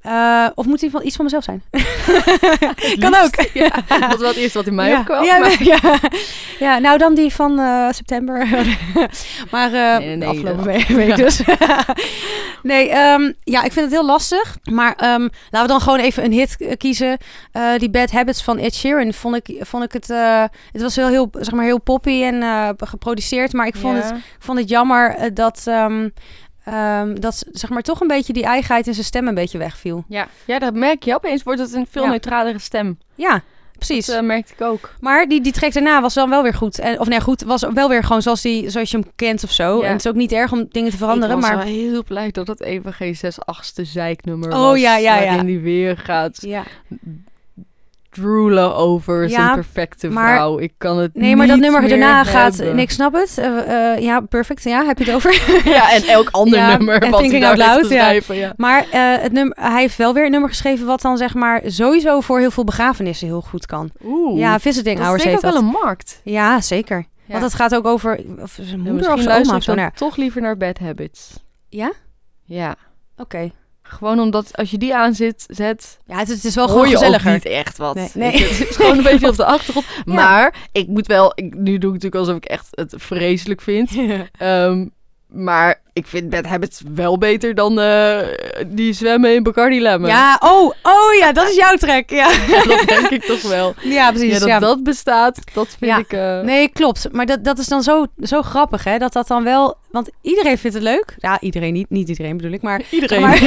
[SPEAKER 1] Eh, of moet die van iets van mezelf zijn?
[SPEAKER 2] Het
[SPEAKER 1] kan
[SPEAKER 2] liefst.
[SPEAKER 1] ook.
[SPEAKER 2] Ja, dat was wel het eerste wat in mij
[SPEAKER 1] ja.
[SPEAKER 2] opkwam.
[SPEAKER 1] Ja,
[SPEAKER 2] maar-
[SPEAKER 1] ja. ja, nou dan die van eh, september. maar eh,
[SPEAKER 2] Nee, nee,
[SPEAKER 1] de
[SPEAKER 2] nee, dat-
[SPEAKER 1] afgelopen we- week dus. nee, ehm, ja, ik vind het heel lastig. Maar ehm, laten we dan gewoon even een hit eh, kiezen. Eh, die Bad Habits van Ed Sheeran vond ik, vond ik het... eh, het was heel, heel, zeg maar, heel poppy en eh, geproduceerd. Maar ik vond het
[SPEAKER 2] Ja.
[SPEAKER 1] ik vond het jammer eh, dat, ehm, ehm, dat ze- zeg maar, toch een beetje die eigenheid in zijn stem een beetje wegviel.
[SPEAKER 2] Ja. ja, dat merk je. Opeens wordt het een veel
[SPEAKER 1] Ja.
[SPEAKER 2] neutralere stem.
[SPEAKER 1] Ja, precies.
[SPEAKER 2] Dat eh, merkte ik ook.
[SPEAKER 1] maar die, die track daarna was dan wel weer goed. En, of nee, goed, was wel weer gewoon zoals, die, zoals je hem kent of zo.
[SPEAKER 2] Ja.
[SPEAKER 1] En het is ook niet erg om dingen te veranderen,
[SPEAKER 2] ik was
[SPEAKER 1] maar...
[SPEAKER 2] wel heel blij dat het even geen 6-8ste zeiknummer
[SPEAKER 1] Oh,
[SPEAKER 2] was.
[SPEAKER 1] ja, ja, ja.
[SPEAKER 2] Waarin die weer gaat
[SPEAKER 1] Ja.
[SPEAKER 2] droelen over
[SPEAKER 1] Ja,
[SPEAKER 2] zijn perfecte
[SPEAKER 1] maar-
[SPEAKER 2] vrouw. Ik kan het
[SPEAKER 1] Nee, maar dat
[SPEAKER 2] niet
[SPEAKER 1] nummer
[SPEAKER 2] meer
[SPEAKER 1] daarna gaat...
[SPEAKER 2] hebben.
[SPEAKER 1] En ik snap het. Eh, eh, ja, perfect. Ja, heb je het over?
[SPEAKER 2] ja, en elk ander
[SPEAKER 1] Ja,
[SPEAKER 2] nummer
[SPEAKER 1] en
[SPEAKER 2] wat hij
[SPEAKER 1] Thinking
[SPEAKER 2] daar
[SPEAKER 1] Out
[SPEAKER 2] heeft
[SPEAKER 1] Loud,
[SPEAKER 2] te
[SPEAKER 1] ja.
[SPEAKER 2] schrijven, ja.
[SPEAKER 1] Maar eh, het nummer, hij heeft wel weer een nummer geschreven... wat dan zeg maar sowieso voor heel veel begrafenissen heel goed kan.
[SPEAKER 2] Oeh,
[SPEAKER 1] ja, Visiting
[SPEAKER 2] dat is
[SPEAKER 1] Hours
[SPEAKER 2] denk
[SPEAKER 1] heeft
[SPEAKER 2] ik ook
[SPEAKER 1] dat.
[SPEAKER 2] wel een markt.
[SPEAKER 1] Ja, zeker. Want
[SPEAKER 2] Ja.
[SPEAKER 1] het gaat ook over of zijn
[SPEAKER 2] Ja,
[SPEAKER 1] moeder of
[SPEAKER 2] misschien
[SPEAKER 1] zijn
[SPEAKER 2] luister
[SPEAKER 1] oma
[SPEAKER 2] ik
[SPEAKER 1] of zo.
[SPEAKER 2] dan
[SPEAKER 1] Nou,
[SPEAKER 2] toch liever naar Bad Habits.
[SPEAKER 1] Ja?
[SPEAKER 2] Ja.
[SPEAKER 1] Oké.
[SPEAKER 2] Gewoon omdat als je die aanzit, zet,
[SPEAKER 1] Ja, het, het is wel
[SPEAKER 2] hoor
[SPEAKER 1] gewoon
[SPEAKER 2] je
[SPEAKER 1] Oh, gezelliger.
[SPEAKER 2] ook niet echt wat.
[SPEAKER 1] Nee,
[SPEAKER 2] Weet
[SPEAKER 1] nee.
[SPEAKER 2] je, Het is gewoon een beetje op de achtergrond.
[SPEAKER 1] Ja.
[SPEAKER 2] Maar ik moet wel, ik, nu doe ik natuurlijk alsof ik echt het vreselijk vind. Ehm, maar ik vind Bad Habits wel beter dan eh, die zwemmen in Bacardi Lemon.
[SPEAKER 1] Ja, oh, oh ja, dat is jouw trek. Ja,
[SPEAKER 2] Dat denk ik toch wel.
[SPEAKER 1] ja precies.
[SPEAKER 2] Ja, dat
[SPEAKER 1] ja.
[SPEAKER 2] dat bestaat, dat vind
[SPEAKER 1] Ja.
[SPEAKER 2] ik... eh,
[SPEAKER 1] Nee, klopt. Maar dat, dat is dan zo, zo grappig, hè? Dat dat dan wel... Want iedereen vindt het leuk. Ja, iedereen niet. Niet iedereen bedoel ik, maar...
[SPEAKER 2] Iedereen.
[SPEAKER 1] Maar,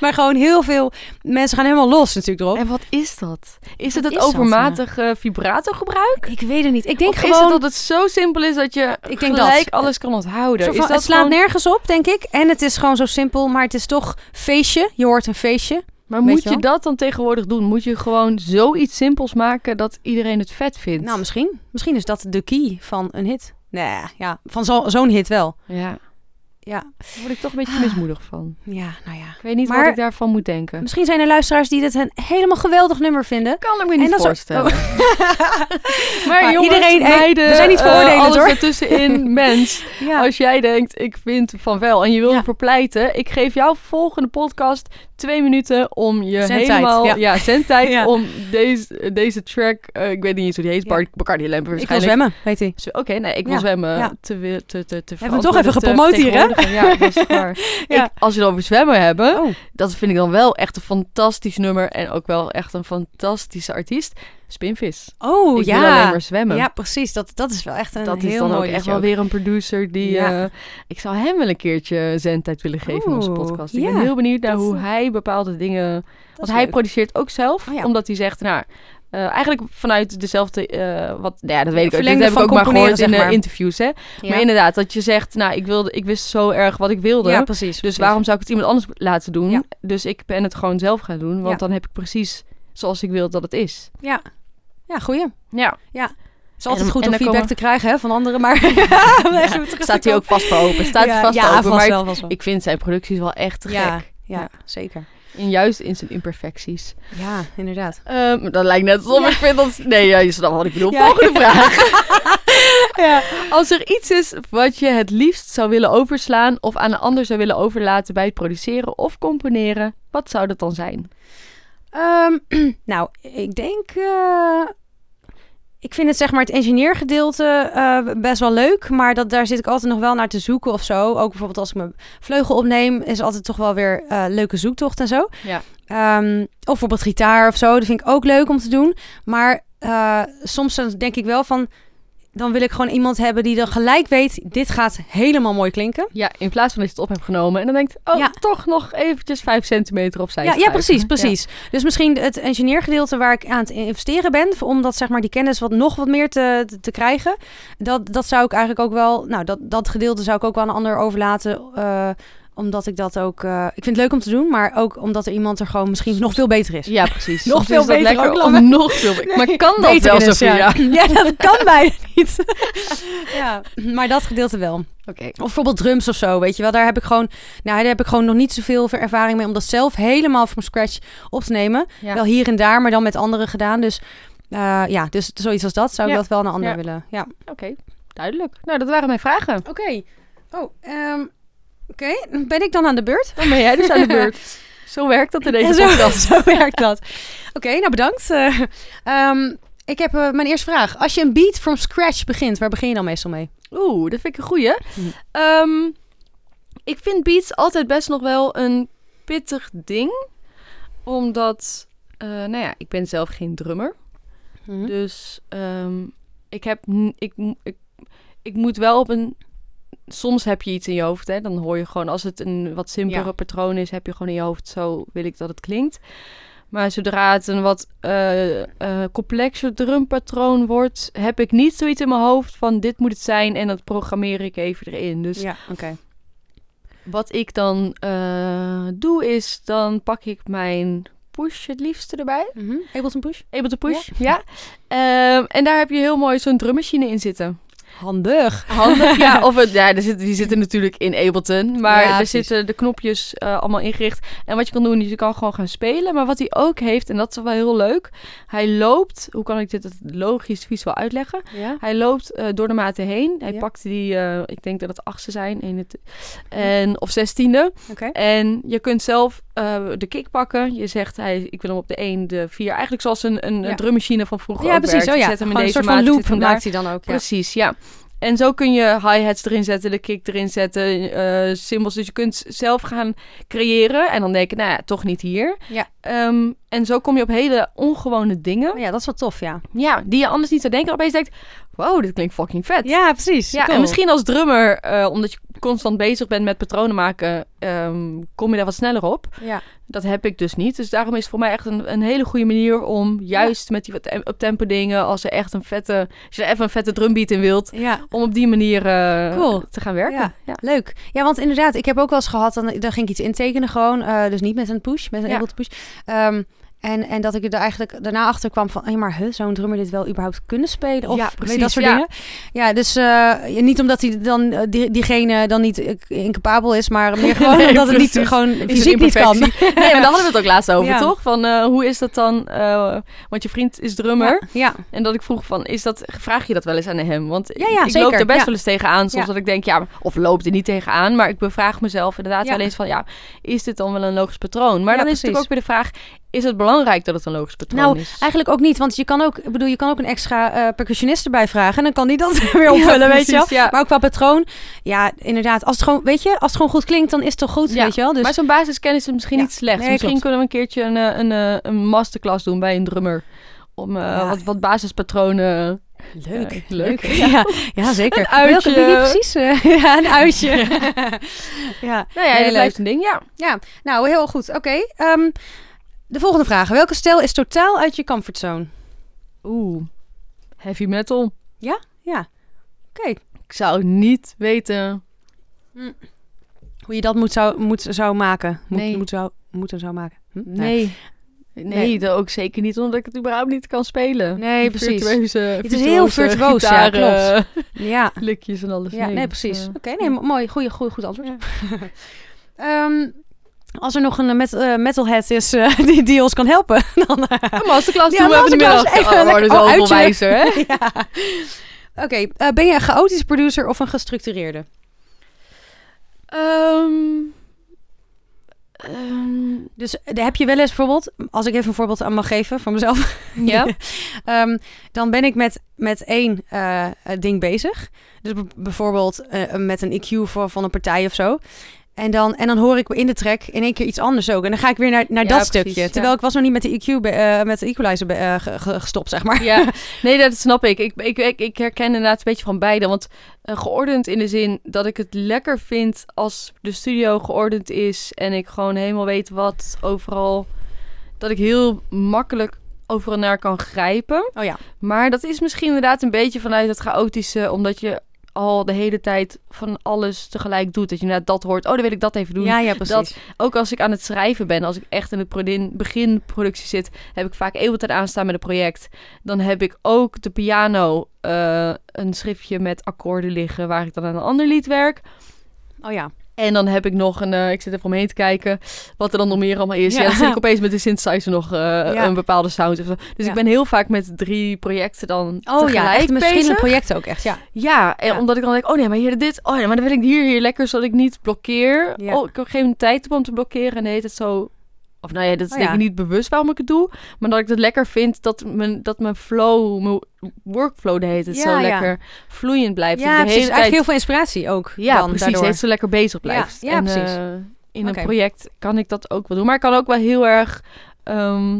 [SPEAKER 1] maar gewoon heel veel mensen gaan helemaal los natuurlijk erop.
[SPEAKER 2] En wat is dat? Is het
[SPEAKER 1] Wat
[SPEAKER 2] het
[SPEAKER 1] is dat,
[SPEAKER 2] overmatig eh, vibrato gebruik?
[SPEAKER 1] Ik weet het niet. Ik denk
[SPEAKER 2] Of is
[SPEAKER 1] gewoon...
[SPEAKER 2] het dat het zo simpel is dat je
[SPEAKER 1] Ik denk dat.
[SPEAKER 2] gelijk alles kan onthouden?
[SPEAKER 1] Zo van,
[SPEAKER 2] is dat
[SPEAKER 1] het slaat
[SPEAKER 2] gewoon-
[SPEAKER 1] nergens op, denk ik. En het is gewoon zo simpel, maar het is toch feestje. Je hoort een feestje.
[SPEAKER 2] Maar
[SPEAKER 1] Weet
[SPEAKER 2] moet
[SPEAKER 1] je
[SPEAKER 2] je,
[SPEAKER 1] wel.
[SPEAKER 2] dat dan tegenwoordig doen? Moet je gewoon zoiets simpels maken dat iedereen het vet vindt?
[SPEAKER 1] Nou, misschien. Misschien is dat de key van een hit. Nee, ja, van zo- zo'n hit wel.
[SPEAKER 2] ja,
[SPEAKER 1] Ja,
[SPEAKER 2] daar word ik toch een beetje mismoedig van.
[SPEAKER 1] ja, nou ja.
[SPEAKER 2] Ik weet niet
[SPEAKER 1] Maar-
[SPEAKER 2] wat ik daarvan moet denken.
[SPEAKER 1] Misschien zijn er luisteraars die dit een helemaal geweldig nummer vinden.
[SPEAKER 2] kan ik me
[SPEAKER 1] En
[SPEAKER 2] niet
[SPEAKER 1] dat is-
[SPEAKER 2] voorstellen. Oh. maar
[SPEAKER 1] Maar
[SPEAKER 2] jongens,
[SPEAKER 1] iedereen, hey,
[SPEAKER 2] meiden,
[SPEAKER 1] we zijn niet
[SPEAKER 2] eh,
[SPEAKER 1] veroordelend,
[SPEAKER 2] alles
[SPEAKER 1] hoor.
[SPEAKER 2] ertussenin, mens.
[SPEAKER 1] Ja.
[SPEAKER 2] Als jij denkt, ik vind van wel en je wil
[SPEAKER 1] Ja.
[SPEAKER 2] me verpleiten. Ik geef jouw volgende podcast twee minuten om je
[SPEAKER 1] Zendtijd,
[SPEAKER 2] helemaal...
[SPEAKER 1] ja.
[SPEAKER 2] Ja, zendtijd
[SPEAKER 1] Ja.
[SPEAKER 2] om deze, deze track... eh, ik weet niet eens hoe die heet,
[SPEAKER 1] Ja.
[SPEAKER 2] Bar- Bacardi Lemper
[SPEAKER 1] Ik wil
[SPEAKER 2] waarschijnlijk.
[SPEAKER 1] zwemmen, weet hij.
[SPEAKER 2] Zo- Oké, nee, ik wil
[SPEAKER 1] Ja.
[SPEAKER 2] zwemmen
[SPEAKER 1] Ja.
[SPEAKER 2] te, wi- te, te, te
[SPEAKER 1] hem toch
[SPEAKER 2] verantwoorden,
[SPEAKER 1] even
[SPEAKER 2] te oh,
[SPEAKER 1] gepromoot hier, hè?
[SPEAKER 2] vertegenwoordigen. terug. eh, Ja, dat is toch waar.
[SPEAKER 1] Ja.
[SPEAKER 2] Ik- als we het over zwemmen hebben,
[SPEAKER 1] Oh.
[SPEAKER 2] dat vind ik dan wel echt een fantastisch nummer. En ook wel echt een fantastische artiest. Spinvis.
[SPEAKER 1] Oh,
[SPEAKER 2] ik
[SPEAKER 1] ja.
[SPEAKER 2] wil alleen maar zwemmen.
[SPEAKER 1] Ja, precies. Dat, dat is wel echt een
[SPEAKER 2] dat
[SPEAKER 1] heel
[SPEAKER 2] is dan ook
[SPEAKER 1] mooi
[SPEAKER 2] echt
[SPEAKER 1] liedje
[SPEAKER 2] wel
[SPEAKER 1] ook.
[SPEAKER 2] weer een producer die...
[SPEAKER 1] Ja.
[SPEAKER 2] eh, ik zou hem wel een keertje zendtijd willen geven in onze
[SPEAKER 1] Oeh,
[SPEAKER 2] podcast. Ik
[SPEAKER 1] ja.
[SPEAKER 2] ben heel benieuwd naar
[SPEAKER 1] Dat-
[SPEAKER 2] hoe hij bepaalde dingen...
[SPEAKER 1] Dat is
[SPEAKER 2] Want hij
[SPEAKER 1] leuk.
[SPEAKER 2] produceert ook zelf,
[SPEAKER 1] Oh ja.
[SPEAKER 2] omdat hij zegt, nou, eh, eigenlijk vanuit dezelfde, eh, wat, nou ja, dat weet ik ook. Dit
[SPEAKER 1] Verlengde
[SPEAKER 2] heb ik
[SPEAKER 1] van
[SPEAKER 2] ook maar
[SPEAKER 1] componeren,
[SPEAKER 2] gehoord in
[SPEAKER 1] zeg
[SPEAKER 2] eh,
[SPEAKER 1] maar.
[SPEAKER 2] interviews, hè. Maar
[SPEAKER 1] Ja.
[SPEAKER 2] inderdaad, dat je zegt, nou, ik, wilde, ik wist zo erg wat ik wilde.
[SPEAKER 1] Ja, precies.
[SPEAKER 2] dus
[SPEAKER 1] precies.
[SPEAKER 2] waarom zou ik het iemand anders laten doen?
[SPEAKER 1] Ja.
[SPEAKER 2] Dus ik ben het gewoon zelf gaan doen, want
[SPEAKER 1] Ja.
[SPEAKER 2] dan heb ik precies zoals ik wil dat het is.
[SPEAKER 1] Ja, ja goeie.
[SPEAKER 2] Ja,
[SPEAKER 1] Het is altijd
[SPEAKER 2] En-
[SPEAKER 1] goed
[SPEAKER 2] en
[SPEAKER 1] om
[SPEAKER 2] dan
[SPEAKER 1] feedback
[SPEAKER 2] komen-
[SPEAKER 1] te krijgen hè, van anderen, maar...
[SPEAKER 2] staat hij ook vast voor open. Staat hij vast
[SPEAKER 1] ja,
[SPEAKER 2] voor open,
[SPEAKER 1] vast
[SPEAKER 2] maar ik-
[SPEAKER 1] wel, vast wel.
[SPEAKER 2] ik vind zijn producties wel echt te
[SPEAKER 1] ja,
[SPEAKER 2] gek.
[SPEAKER 1] ja,
[SPEAKER 2] Ja.
[SPEAKER 1] zeker.
[SPEAKER 2] En juist in zijn imperfecties.
[SPEAKER 1] Ja, inderdaad.
[SPEAKER 2] Ehm, dat lijkt net alsof ik vind dat... Nee, ja, je snapt wat ik bedoel.
[SPEAKER 1] Ja.
[SPEAKER 2] Volgende vraag. Als er iets is wat je het liefst zou willen overslaan... of aan een ander zou willen overlaten bij het produceren of componeren... wat zou dat dan zijn?
[SPEAKER 1] Ehm, nou, ik denk... eh, ik vind het zeg maar het engineergedeelte eh, best wel leuk, maar dat, daar zit ik altijd nog wel naar te zoeken of zo. Ook bijvoorbeeld als ik mijn vleugel opneem, is altijd toch wel weer eh, leuke zoektocht en zo.
[SPEAKER 2] Ja.
[SPEAKER 1] Ehm, of bijvoorbeeld gitaar of zo, dat vind ik ook leuk om te doen. Maar eh, soms dan denk ik wel van, dan wil ik gewoon iemand hebben die dan gelijk weet, dit gaat helemaal mooi klinken.
[SPEAKER 2] Ja, in plaats van dat je het op hebt genomen... en dan denkt, oh,
[SPEAKER 1] Ja.
[SPEAKER 2] toch nog eventjes vijf centimeter opzij
[SPEAKER 1] Ja, ja,
[SPEAKER 2] schuiven.
[SPEAKER 1] precies, precies. Dus misschien het engineergedeelte waar ik aan het investeren ben, om dat, zeg maar, die kennis wat, nog wat meer te, te, te krijgen, dat, dat zou ik eigenlijk ook wel, nou, dat, dat gedeelte zou ik ook wel aan een ander overlaten, eh, omdat ik dat ook, eh, ik vind het leuk om te doen, maar ook omdat er iemand er gewoon misschien nog veel beter is.
[SPEAKER 2] Ja, precies.
[SPEAKER 1] Nog
[SPEAKER 2] Soms
[SPEAKER 1] veel
[SPEAKER 2] is dat
[SPEAKER 1] beter
[SPEAKER 2] lekker
[SPEAKER 1] ook,
[SPEAKER 2] om
[SPEAKER 1] Lange.
[SPEAKER 2] nog veel beter. Maar kan dat
[SPEAKER 1] Beter
[SPEAKER 2] wel,
[SPEAKER 1] kennis,
[SPEAKER 2] Sophia?
[SPEAKER 1] ja. Ja, dat kan bijna niet. ja, maar dat gedeelte wel.
[SPEAKER 2] Oké.
[SPEAKER 1] Of bijvoorbeeld drums of zo, weet je wel. Daar heb ik gewoon, nou, daar heb ik gewoon nog niet zoveel ervaring mee om dat zelf helemaal from scratch op te nemen.
[SPEAKER 2] Ja.
[SPEAKER 1] Wel hier en daar, maar dan met anderen gedaan. Dus eh, ja, dus zoiets als dat zou ik
[SPEAKER 2] Ja.
[SPEAKER 1] dat wel een ander
[SPEAKER 2] Ja.
[SPEAKER 1] willen. Ja.
[SPEAKER 2] Oké, duidelijk. Nou, dat waren mijn vragen.
[SPEAKER 1] Oké. Oh, oké. Ben ik dan aan de beurt?
[SPEAKER 2] Dan ben jij dus aan de beurt. Zo werkt dat in deze
[SPEAKER 1] zo,
[SPEAKER 2] podcast.
[SPEAKER 1] zo werkt dat. Oké, nou bedankt. Eh, ehm, ik heb eh, mijn eerste vraag. Als je een beat from scratch begint, waar begin je dan meestal mee?
[SPEAKER 2] Oeh, dat vind ik een goeie.
[SPEAKER 1] Hm.
[SPEAKER 2] Ehm, ik vind beats altijd best nog wel een pittig ding. Omdat, eh, nou ja, ik ben zelf geen drummer.
[SPEAKER 1] Hm?
[SPEAKER 2] Dus ehm, ik, heb, n- ik, m- ik, ik moet wel op een... Soms heb je iets in je hoofd, hè. Dan hoor je gewoon, als het een wat simpelere
[SPEAKER 1] Ja.
[SPEAKER 2] patroon is... heb je gewoon in je hoofd, zo wil ik dat het klinkt. Maar zodra het een wat eh, eh, complexer drumpatroon wordt... heb ik niet zoiets in mijn hoofd van dit moet het zijn... en dat programmeer ik even erin. Dus
[SPEAKER 1] ja, oké.
[SPEAKER 2] wat ik dan eh, doe is, dan pak ik mijn push het liefste erbij.
[SPEAKER 1] Mhm. Ableton Push.
[SPEAKER 2] Ableton Push, ja. Ehm, en daar heb je heel mooi zo'n drummachine in zitten.
[SPEAKER 1] Handig.
[SPEAKER 2] Handig, ja. Of het, ja, er zit, die zitten natuurlijk in Ableton. Maar
[SPEAKER 1] Ja,
[SPEAKER 2] er
[SPEAKER 1] precies.
[SPEAKER 2] zitten de knopjes eh, allemaal ingericht. En wat je kan doen, is je kan gewoon gaan spelen. Maar wat hij ook heeft, en dat is wel heel leuk. Hij loopt, hoe kan ik dit het logisch visueel uitleggen?
[SPEAKER 1] Ja.
[SPEAKER 2] Hij loopt eh, door de maten heen. Hij
[SPEAKER 1] Ja.
[SPEAKER 2] pakt die, eh, ik denk dat het achtste zijn. één het, en, of zestiende.
[SPEAKER 1] Oké.
[SPEAKER 2] En je kunt zelf eh, de kick pakken. Je zegt, hij, ik wil hem op de 1, de 4. Eigenlijk zoals een, een,
[SPEAKER 1] Ja.
[SPEAKER 2] een drummachine van vroeger
[SPEAKER 1] Ja,
[SPEAKER 2] ook
[SPEAKER 1] precies.
[SPEAKER 2] werkt.
[SPEAKER 1] Oh,
[SPEAKER 2] Je
[SPEAKER 1] ja.
[SPEAKER 2] zet hem in
[SPEAKER 1] Gewoon een
[SPEAKER 2] deze
[SPEAKER 1] soort van
[SPEAKER 2] maat, je
[SPEAKER 1] loop
[SPEAKER 2] zet hem daar.
[SPEAKER 1] maakt hij dan ook. Ja.
[SPEAKER 2] Precies, ja. En zo kun je hi-hats erin zetten, de kick erin zetten, eh cymbals. Dus je kunt zelf gaan creëren en dan denken, nou ja, toch niet hier.
[SPEAKER 1] Ja.
[SPEAKER 2] Ehm, en zo kom je op hele ongewone dingen.
[SPEAKER 1] ja, dat is wel tof, ja.
[SPEAKER 2] Ja, die je anders niet zou denken. Opeens denkt, wow, dit klinkt fucking vet.
[SPEAKER 1] Ja, precies.
[SPEAKER 2] Ja, en misschien als drummer, eh, omdat je constant bezig bent met patronen maken, ehm, kom je daar wat sneller op.
[SPEAKER 1] Ja.
[SPEAKER 2] Dat heb ik dus niet. Dus daarom is het voor mij echt een, een hele goede manier om juist met die wat tem- uptempo dingen, als er echt een vette, als je er even een vette drumbeat in wilt,
[SPEAKER 1] Ja,
[SPEAKER 2] om op die manier eh,
[SPEAKER 1] Cool.
[SPEAKER 2] te gaan werken.
[SPEAKER 1] Ja.
[SPEAKER 2] Ja.
[SPEAKER 1] leuk. Ja, want inderdaad, ik heb ook wel eens gehad, dan, dan ging ik iets intekenen gewoon. eh, dus niet met een push, met een
[SPEAKER 2] Ja.
[SPEAKER 1] Ableton push. Ehm, en, en dat ik er eigenlijk daarna achter kwam van, hé, maar huh, zou een drummer dit wel überhaupt kunnen spelen? Of
[SPEAKER 2] Ja,
[SPEAKER 1] weet je,
[SPEAKER 2] precies,
[SPEAKER 1] dat soort
[SPEAKER 2] ja.
[SPEAKER 1] dingen. Ja, dus eh, niet omdat hij dan, eh, die, diegene dan niet eh, incapabel is, maar meer gewoon
[SPEAKER 2] Nee,
[SPEAKER 1] omdat het niet
[SPEAKER 2] precies.
[SPEAKER 1] gewoon
[SPEAKER 2] een
[SPEAKER 1] fysiek niet kan.
[SPEAKER 2] imperfectie. Nee, maar daar hadden we het ook laatst over,
[SPEAKER 1] Ja.
[SPEAKER 2] toch? Van eh, hoe is dat dan? eh, want je vriend is drummer.
[SPEAKER 1] Ja, ja,
[SPEAKER 2] En dat ik vroeg van, is dat, vraag je dat wel eens aan hem? Want
[SPEAKER 1] Ja, ja,
[SPEAKER 2] ik
[SPEAKER 1] zeker,
[SPEAKER 2] loop er best
[SPEAKER 1] ja.
[SPEAKER 2] wel eens tegenaan. Soms
[SPEAKER 1] Ja.
[SPEAKER 2] dat ik denk, ja, of loop er niet tegenaan. Maar ik bevraag mezelf inderdaad
[SPEAKER 1] Ja.
[SPEAKER 2] wel eens van, ja, is dit dan wel een logisch patroon? Maar
[SPEAKER 1] Ja,
[SPEAKER 2] dan is
[SPEAKER 1] precies.
[SPEAKER 2] natuurlijk ook weer de vraag, is het belangrijk dat het een logisch patroon
[SPEAKER 1] Nou,
[SPEAKER 2] is.
[SPEAKER 1] Eigenlijk ook niet, want je kan ook, ik bedoel, je kan ook een extra eh, percussionist erbij vragen. En dan kan die dat weer opvullen, weet je wel.
[SPEAKER 2] Ja.
[SPEAKER 1] Maar ook qua patroon, ja, inderdaad. Als het gewoon, weet je, als het gewoon goed klinkt, dan is het toch goed,
[SPEAKER 2] Ja,
[SPEAKER 1] weet je wel. Dus
[SPEAKER 2] Maar zo'n basiskennis is misschien
[SPEAKER 1] Ja.
[SPEAKER 2] niet slecht.
[SPEAKER 1] Nee,
[SPEAKER 2] misschien
[SPEAKER 1] klopt.
[SPEAKER 2] kunnen we een keertje een, eh, een, eh, een masterclass doen bij een drummer. Om eh,
[SPEAKER 1] Ja.
[SPEAKER 2] wat, wat basispatronen.
[SPEAKER 1] leuk,
[SPEAKER 2] Ja, leuk. Nou
[SPEAKER 1] leuk. Ja, ja, zeker.
[SPEAKER 2] Een uitje.
[SPEAKER 1] Welke liedje precies? eh, ja, een uitje. ja.
[SPEAKER 2] Nou
[SPEAKER 1] Heel
[SPEAKER 2] ja, dat
[SPEAKER 1] leuk.
[SPEAKER 2] blijft een ding, ja.
[SPEAKER 1] ja, nou, heel goed. Oké, ehm, de volgende vraag. Welke stijl is totaal uit je comfortzone?
[SPEAKER 2] Oeh, heavy metal.
[SPEAKER 1] Ja, oké.
[SPEAKER 2] Ik zou niet weten.
[SPEAKER 1] Hoe je dat moet, zou, moet, zou maken. Moet,
[SPEAKER 2] Nee.
[SPEAKER 1] moet, zou, moeten zou maken. Hm?
[SPEAKER 2] Nee. Nou, Nee,
[SPEAKER 1] Nee.
[SPEAKER 2] dat ook zeker niet, omdat ik het überhaupt niet kan spelen.
[SPEAKER 1] Nee,
[SPEAKER 2] Die
[SPEAKER 1] precies.
[SPEAKER 2] virtueuze-
[SPEAKER 1] Het is heel virtuoos, ja,
[SPEAKER 2] gitaren,
[SPEAKER 1] Ja.
[SPEAKER 2] Likjes en alles.
[SPEAKER 1] Ja, nee,
[SPEAKER 2] dat,
[SPEAKER 1] precies.
[SPEAKER 2] eh,
[SPEAKER 1] Oké, nee, mo- mooi. Goeie, goeie, goed antwoord. Ehm, als er nog een met, eh, metalhead is eh, die, die ons kan helpen, dan... eh,
[SPEAKER 2] Een masterclass
[SPEAKER 1] Ja,
[SPEAKER 2] doen we even de
[SPEAKER 1] masterclass,
[SPEAKER 2] middag.
[SPEAKER 1] even
[SPEAKER 2] Oh, we
[SPEAKER 1] lekker-
[SPEAKER 2] worden
[SPEAKER 1] oh, uitje.
[SPEAKER 2] zo wijzer, hè?
[SPEAKER 1] ja. Oké, eh, ben je een chaotische producer of een gestructureerde?
[SPEAKER 2] Ehm, ehm,
[SPEAKER 1] Dus eh, heb je wel eens bijvoorbeeld, als ik even een voorbeeld aan mag geven van mezelf,
[SPEAKER 2] ja.
[SPEAKER 1] Ehm, dan ben ik met, met één eh, eh, ding bezig. Dus b- bijvoorbeeld eh, met een EQ voor, van een partij of zo. En dan, en dan hoor ik in de track in één keer iets anders ook. En dan ga ik weer naar, naar
[SPEAKER 2] Ja,
[SPEAKER 1] dat
[SPEAKER 2] precies,
[SPEAKER 1] stukje.
[SPEAKER 2] ja.
[SPEAKER 1] Terwijl ik was nog niet met de EQ, be- eh, met de equalizer be- eh, ge- ge- gestopt, zeg maar.
[SPEAKER 2] Ja, nee, dat snap ik. Ik, ik, ik, ik herken inderdaad een beetje van beide. Want eh, geordend in de zin dat ik het lekker vind als de studio geordend is en ik gewoon helemaal weet wat overal. Dat ik heel makkelijk overal naar kan grijpen.
[SPEAKER 1] Oh ja.
[SPEAKER 2] Maar dat is misschien inderdaad een beetje vanuit het chaotische, omdat je al de hele tijd van alles tegelijk doet. Dat je inderdaad dat hoort. Oh, dan wil ik dat even doen.
[SPEAKER 1] Ja, ja, precies.
[SPEAKER 2] Dat- Ook als ik aan het schrijven ben, als ik echt in het prodin- beginproductie zit, heb ik vaak eeuwig tijd aanstaan met een project. Dan heb ik ook de piano eh, een schriftje met akkoorden liggen waar ik dan aan een ander lied werk.
[SPEAKER 1] Oh ja.
[SPEAKER 2] En dan heb ik nog een, eh, ik zit even omheen te kijken, wat er dan nog meer allemaal is. Ja,
[SPEAKER 1] Ja.
[SPEAKER 2] dan zit ik opeens met de synthesizer nog eh, een bepaalde sound of zo. Dus
[SPEAKER 1] Ja.
[SPEAKER 2] ik ben heel vaak met drie projecten dan
[SPEAKER 1] Oh
[SPEAKER 2] tegelijk
[SPEAKER 1] ja, echt met verschillende
[SPEAKER 2] bezig.
[SPEAKER 1] projecten ook echt. Ja.
[SPEAKER 2] Ja, en
[SPEAKER 1] Ja.
[SPEAKER 2] omdat ik dan denk, oh nee, maar hier dit, oh nee, maar dan wil ik hier, hier lekker, zodat ik niet blokkeer.
[SPEAKER 1] Ja.
[SPEAKER 2] Oh, ik heb geen tijd om te blokkeren en dan heet het zo... Of nou ja, dat is
[SPEAKER 1] Oh
[SPEAKER 2] denk
[SPEAKER 1] ja.
[SPEAKER 2] ik niet bewust waarom ik het doe, maar dat ik het lekker vind dat mijn, dat mijn flow, mijn workflow, de heet het
[SPEAKER 1] Ja,
[SPEAKER 2] zo
[SPEAKER 1] ja.
[SPEAKER 2] lekker vloeiend blijft.
[SPEAKER 1] ja,
[SPEAKER 2] Dat ik de
[SPEAKER 1] precies.
[SPEAKER 2] hele
[SPEAKER 1] Eigenlijk
[SPEAKER 2] tijd,
[SPEAKER 1] heel veel inspiratie ook.
[SPEAKER 2] ja,
[SPEAKER 1] dan,
[SPEAKER 2] precies,
[SPEAKER 1] daardoor. Oh,
[SPEAKER 2] dat zo lekker bezig blijft.
[SPEAKER 1] ja,
[SPEAKER 2] en,
[SPEAKER 1] precies.
[SPEAKER 2] eh, in
[SPEAKER 1] Oké.
[SPEAKER 2] een project kan ik dat ook wel doen, maar ik kan ook wel heel erg ehm,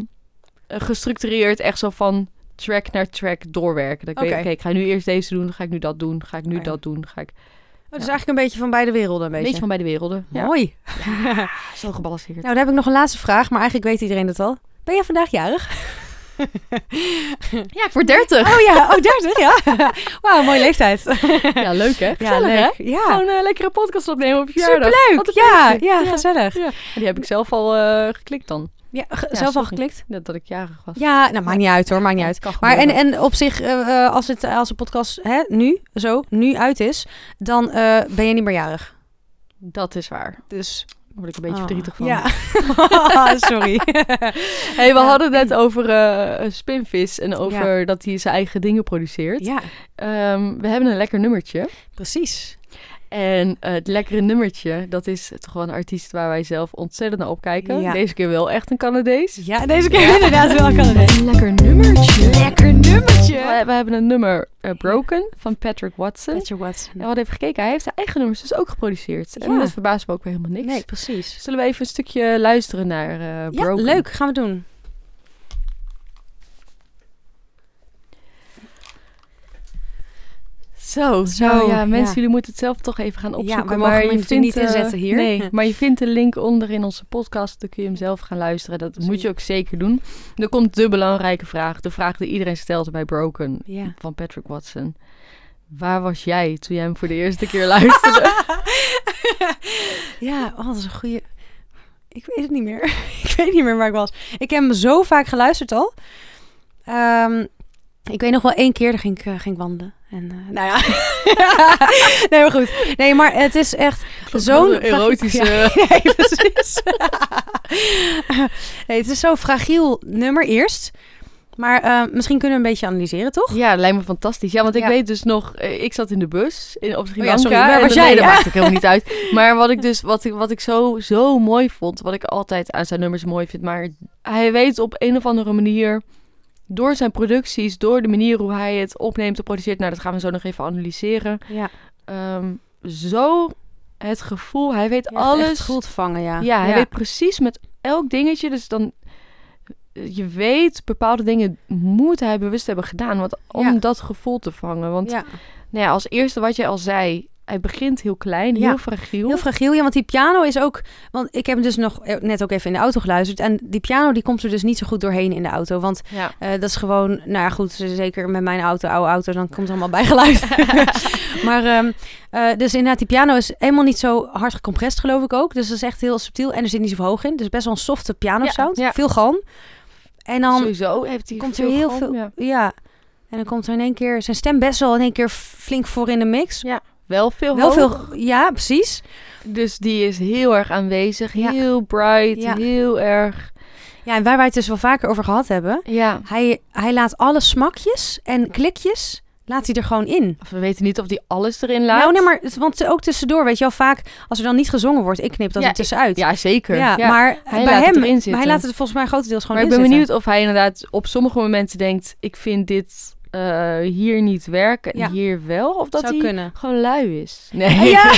[SPEAKER 2] gestructureerd echt zo van track naar track doorwerken. Dat ik weet,
[SPEAKER 1] Oké.
[SPEAKER 2] oké, ik ga nu eerst deze doen, dan ga ik nu dat doen, ga ik nu
[SPEAKER 1] Oh ja.
[SPEAKER 2] dat doen, ga ik
[SPEAKER 1] Oh, dus eigenlijk een beetje van beide werelden. Een
[SPEAKER 2] een
[SPEAKER 1] beetje.
[SPEAKER 2] beetje van beide werelden.
[SPEAKER 1] Mooi.
[SPEAKER 2] Ja, zo gebalanceerd.
[SPEAKER 1] Nou, dan heb ik nog een laatste vraag, maar eigenlijk weet iedereen het al. Ben jij vandaag jarig?
[SPEAKER 2] Ja, ik word 30.
[SPEAKER 1] Oh ja, oh 30, ja. Wauw, mooie leeftijd.
[SPEAKER 2] Ja, leuk hè?
[SPEAKER 1] Ja,
[SPEAKER 2] Gezellig, hè?
[SPEAKER 1] leuk. Ja,
[SPEAKER 2] Gewoon een lekkere podcast opnemen op je verjaardag.
[SPEAKER 1] superleuk.
[SPEAKER 2] Wat een
[SPEAKER 1] Ja,
[SPEAKER 2] feestje.
[SPEAKER 1] ja,
[SPEAKER 2] Ja.
[SPEAKER 1] gezellig.
[SPEAKER 2] En Die heb ik zelf al eh, geklikt dan.
[SPEAKER 1] Ja, ge-
[SPEAKER 2] Ja,
[SPEAKER 1] zelf al
[SPEAKER 2] sorry.
[SPEAKER 1] geklikt?
[SPEAKER 2] Net dat ik jarig was.
[SPEAKER 1] Ja, nou maakt niet uit hoor, maakt niet uit.
[SPEAKER 2] Kan
[SPEAKER 1] Maar en,
[SPEAKER 2] gebeuren.
[SPEAKER 1] en op zich, eh, eh, als, het, als de podcast hè, nu, zo, nu uit is, dan eh, ben je niet meer jarig.
[SPEAKER 2] Dat is waar.
[SPEAKER 1] Dus
[SPEAKER 2] Daar word ik een beetje
[SPEAKER 1] oh.
[SPEAKER 2] verdrietig van.
[SPEAKER 1] Ja, sorry.
[SPEAKER 2] Hey, we
[SPEAKER 1] Ja.
[SPEAKER 2] hadden het net over eh, Spinvis en over dat hij zijn eigen dingen produceert.
[SPEAKER 1] ja,
[SPEAKER 2] Ehm, we hebben een lekker nummertje.
[SPEAKER 1] precies.
[SPEAKER 2] En eh, het lekkere nummertje, dat is toch wel een artiest waar wij zelf ontzettend naar opkijken.
[SPEAKER 1] Ja.
[SPEAKER 2] Deze keer wel echt een Canadees.
[SPEAKER 1] Ja, deze keer inderdaad wel kan het.
[SPEAKER 2] Een lekker nummertje.
[SPEAKER 1] Lekker
[SPEAKER 2] We,
[SPEAKER 1] nummertje.
[SPEAKER 2] we hebben een nummer eh, Broken van Patrick Watson.
[SPEAKER 1] Better what?
[SPEAKER 2] En we hadden even gekeken, hij heeft zijn eigen nummers dus ook geproduceerd. En
[SPEAKER 1] Ja.
[SPEAKER 2] dat verbaast me ook weer helemaal niks.
[SPEAKER 1] Nee, precies.
[SPEAKER 2] Zullen we even een stukje luisteren naar eh,
[SPEAKER 1] Ja,
[SPEAKER 2] Broken?
[SPEAKER 1] leuk. Gaan we doen.
[SPEAKER 2] Zo,
[SPEAKER 1] Zo,
[SPEAKER 2] nou ja,
[SPEAKER 1] ja.
[SPEAKER 2] mensen, jullie moeten het zelf toch even gaan opzoeken.
[SPEAKER 1] wij mogen
[SPEAKER 2] maar
[SPEAKER 1] hem
[SPEAKER 2] je
[SPEAKER 1] natuurlijk
[SPEAKER 2] vindt,
[SPEAKER 1] niet
[SPEAKER 2] eh,
[SPEAKER 1] inzetten hier.
[SPEAKER 2] Nee, maar je vindt de link onder in onze podcast. Dan kun je hem zelf gaan luisteren. Dat moet je ook zeker doen. Dan komt de belangrijke vraag. De vraag die iedereen stelt bij Broken
[SPEAKER 1] Ja.
[SPEAKER 2] van Patrick Watson. Waar was jij toen jij hem voor de eerste keer luisterde?
[SPEAKER 1] ja, oh, dat is een goede. Ik weet het niet meer. ik weet niet meer waar ik was. Ik heb hem zo vaak geluisterd al. Ehm, ik weet nog wel één keer, daar ging ik, eh, ging ik wandelen. En, eh, nou ja. nee, maar goed. Nee, maar het is echt
[SPEAKER 2] Wat
[SPEAKER 1] zo'n...
[SPEAKER 2] een erotische...
[SPEAKER 1] Ja, nee, precies. nee, het is zo'n fragiel nummer eerst. Maar eh, misschien kunnen we een beetje analyseren, toch?
[SPEAKER 2] Ja, dat lijkt me fantastisch. Ja, want ik
[SPEAKER 1] Ja.
[SPEAKER 2] weet dus nog, eh, ik zat in de bus in, op Sri
[SPEAKER 1] Oh
[SPEAKER 2] Lanka.
[SPEAKER 1] ja, sorry, waar
[SPEAKER 2] en
[SPEAKER 1] was
[SPEAKER 2] dat- nee,
[SPEAKER 1] jij?
[SPEAKER 2] dat
[SPEAKER 1] Ja.
[SPEAKER 2] maakt ook helemaal niet uit. Maar wat ik dus, wat ik, wat ik zo, zo mooi vond, wat ik altijd aan zijn nummers mooi vind, maar hij weet op een of andere manier door zijn producties, door de manier hoe hij het opneemt en produceert, nou dat gaan we zo nog even analyseren,
[SPEAKER 1] Ja,
[SPEAKER 2] ehm, zo het gevoel, hij weet
[SPEAKER 1] alles echt
[SPEAKER 2] alles.
[SPEAKER 1] goed vangen, ja.
[SPEAKER 2] Ja, hij weet precies met elk dingetje. Dus dan, eh, je weet, bepaalde dingen moet hij bewust hebben gedaan. Want, om
[SPEAKER 1] Ja.
[SPEAKER 2] dat gevoel te vangen. Want
[SPEAKER 1] Ja.
[SPEAKER 2] Nou ja, als eerste wat jij al zei, hij begint heel klein,
[SPEAKER 1] Ja.
[SPEAKER 2] heel fragiel.
[SPEAKER 1] Heel fragiel, ja, want die piano is ook... Want ik heb hem dus nog eh, net ook even in de auto geluisterd. En die piano die komt er dus niet zo goed doorheen in de auto. Want
[SPEAKER 2] ja.
[SPEAKER 1] eh, dat is gewoon, nou ja, goed, zeker met mijn auto, oude auto, dan komt het allemaal bij geluid. maar ehm, eh, dus inderdaad, die piano is helemaal niet zo hard gecompressed, geloof ik ook. Dus dat is echt heel subtiel en er zit niet zo hoog in. Dus best wel een softe piano sound,
[SPEAKER 2] Ja, ja.
[SPEAKER 1] veel galm. En dan,
[SPEAKER 2] Sowieso heeft hij
[SPEAKER 1] komt er
[SPEAKER 2] veel
[SPEAKER 1] heel
[SPEAKER 2] galm,
[SPEAKER 1] veel-
[SPEAKER 2] ja.
[SPEAKER 1] ja, en dan komt er in één keer zijn stem best wel in één keer flink voor in de mix.
[SPEAKER 2] Wel veel
[SPEAKER 1] Wel
[SPEAKER 2] hoog.
[SPEAKER 1] veel, ja, precies.
[SPEAKER 2] Dus die is heel erg aanwezig,
[SPEAKER 1] Ja.
[SPEAKER 2] heel bright,
[SPEAKER 1] Ja.
[SPEAKER 2] heel erg...
[SPEAKER 1] Ja, en waar wij het dus wel vaker over gehad hebben.
[SPEAKER 2] Ja,
[SPEAKER 1] Hij, hij laat alle smakjes en klikjes, laat hij er gewoon in.
[SPEAKER 2] of we weten niet of hij alles erin laat.
[SPEAKER 1] Nou, nee, maar het- want ook tussendoor, weet je wel, vaak als er dan niet gezongen wordt, ik knip dat
[SPEAKER 2] Ja,
[SPEAKER 1] er tussenuit.
[SPEAKER 2] Ja, zeker.
[SPEAKER 1] Ja, maar bij
[SPEAKER 2] Hij laat het
[SPEAKER 1] hem,
[SPEAKER 2] erin zitten.
[SPEAKER 1] hij laat het volgens mij grotendeels gewoon
[SPEAKER 2] Maar ik
[SPEAKER 1] in
[SPEAKER 2] ben
[SPEAKER 1] zitten.
[SPEAKER 2] benieuwd of hij inderdaad op sommige momenten denkt... ik vind dit eh, hier niet werken en
[SPEAKER 1] Ja.
[SPEAKER 2] hier wel. Of dat
[SPEAKER 1] zou
[SPEAKER 2] hij
[SPEAKER 1] kunnen.
[SPEAKER 2] gewoon lui is. Nee,
[SPEAKER 1] Ja.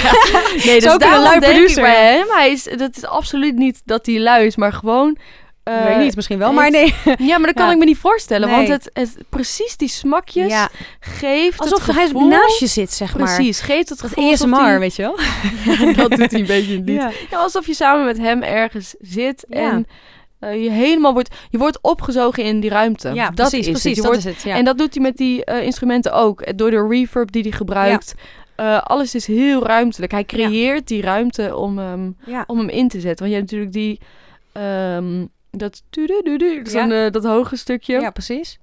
[SPEAKER 2] nee
[SPEAKER 1] Zo
[SPEAKER 2] dus
[SPEAKER 1] kan een
[SPEAKER 2] daarom
[SPEAKER 1] lui
[SPEAKER 2] denk
[SPEAKER 1] producer.
[SPEAKER 2] ik bij hem. Hij is, dat is absoluut niet dat hij lui is, maar gewoon... eh,
[SPEAKER 1] Weet ik niet, misschien wel,
[SPEAKER 2] het-
[SPEAKER 1] maar nee.
[SPEAKER 2] Ja, maar dat kan
[SPEAKER 1] Ja.
[SPEAKER 2] ik me niet voorstellen.
[SPEAKER 1] Nee.
[SPEAKER 2] Want het, het, precies die smakjes
[SPEAKER 1] Ja,
[SPEAKER 2] geeft
[SPEAKER 1] alsof
[SPEAKER 2] het
[SPEAKER 1] hij
[SPEAKER 2] gevoel...
[SPEAKER 1] naast je zit, zeg maar.
[SPEAKER 2] Precies, geeft het
[SPEAKER 1] Dat
[SPEAKER 2] gevoel alsof
[SPEAKER 1] ASMR,
[SPEAKER 2] hij-
[SPEAKER 1] weet je wel.
[SPEAKER 2] dat doet hij een beetje niet.
[SPEAKER 1] Ja.
[SPEAKER 2] Ja, alsof je samen met hem ergens zit
[SPEAKER 1] Ja.
[SPEAKER 2] en eh, je helemaal wordt... Je wordt opgezogen in die ruimte.
[SPEAKER 1] Ja,
[SPEAKER 2] dat
[SPEAKER 1] precies,
[SPEAKER 2] is het.
[SPEAKER 1] precies,
[SPEAKER 2] Je
[SPEAKER 1] dat
[SPEAKER 2] wordt
[SPEAKER 1] is het. Ja.
[SPEAKER 2] En dat doet hij met die eh, instrumenten ook. Eh, Door de reverb die hij gebruikt. Eh, alles is heel ruimtelijk. Hij creëert die ruimte om, ehm,
[SPEAKER 1] ja.
[SPEAKER 2] om hem in te zetten. Want je hebt natuurlijk die... ehm, dat, tudududu,
[SPEAKER 1] Ja.
[SPEAKER 2] zo'n, eh, dat hoge stukje.
[SPEAKER 1] ja, precies.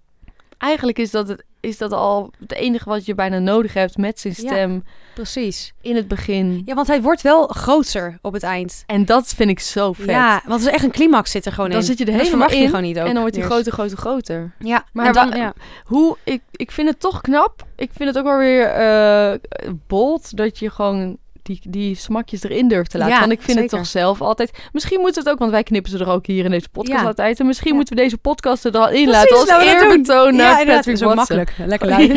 [SPEAKER 2] Eigenlijk is dat, het, is dat al het enige wat je bijna nodig hebt met zijn
[SPEAKER 1] Ja.
[SPEAKER 2] stem
[SPEAKER 1] Precies.
[SPEAKER 2] in het begin.
[SPEAKER 1] Ja, want hij wordt wel groter op het eind.
[SPEAKER 2] En dat vind ik zo vet.
[SPEAKER 1] Ja, want er is echt een climax zit er gewoon
[SPEAKER 2] Dan
[SPEAKER 1] in.
[SPEAKER 2] zit je er
[SPEAKER 1] En dat
[SPEAKER 2] helemaal
[SPEAKER 1] verwacht je
[SPEAKER 2] in
[SPEAKER 1] gewoon niet ook.
[SPEAKER 2] en dan wordt hij
[SPEAKER 1] eerst.
[SPEAKER 2] groter, groter, groter.
[SPEAKER 1] Ja,
[SPEAKER 2] Maar
[SPEAKER 1] maar dan,
[SPEAKER 2] wa-
[SPEAKER 1] ja.
[SPEAKER 2] Hoe, ik, ik vind het toch knap. Ik vind het ook wel weer eh, bold dat je gewoon die, die smakjes erin durft te laten.
[SPEAKER 1] Ja,
[SPEAKER 2] want ik vind het
[SPEAKER 1] zeker.
[SPEAKER 2] toch zelf altijd... Misschien moeten we het ook, want wij knippen ze er ook hier in deze podcast
[SPEAKER 1] Ja.
[SPEAKER 2] altijd. En misschien
[SPEAKER 1] Ja.
[SPEAKER 2] moeten we deze podcast er al in
[SPEAKER 1] Precies,
[SPEAKER 2] laten als
[SPEAKER 1] laten we dat doen.
[SPEAKER 2] eerbetoon naar
[SPEAKER 1] inderdaad,
[SPEAKER 2] Patrick
[SPEAKER 1] zo
[SPEAKER 2] Watson.
[SPEAKER 1] makkelijk. eh, Lekker
[SPEAKER 2] lui.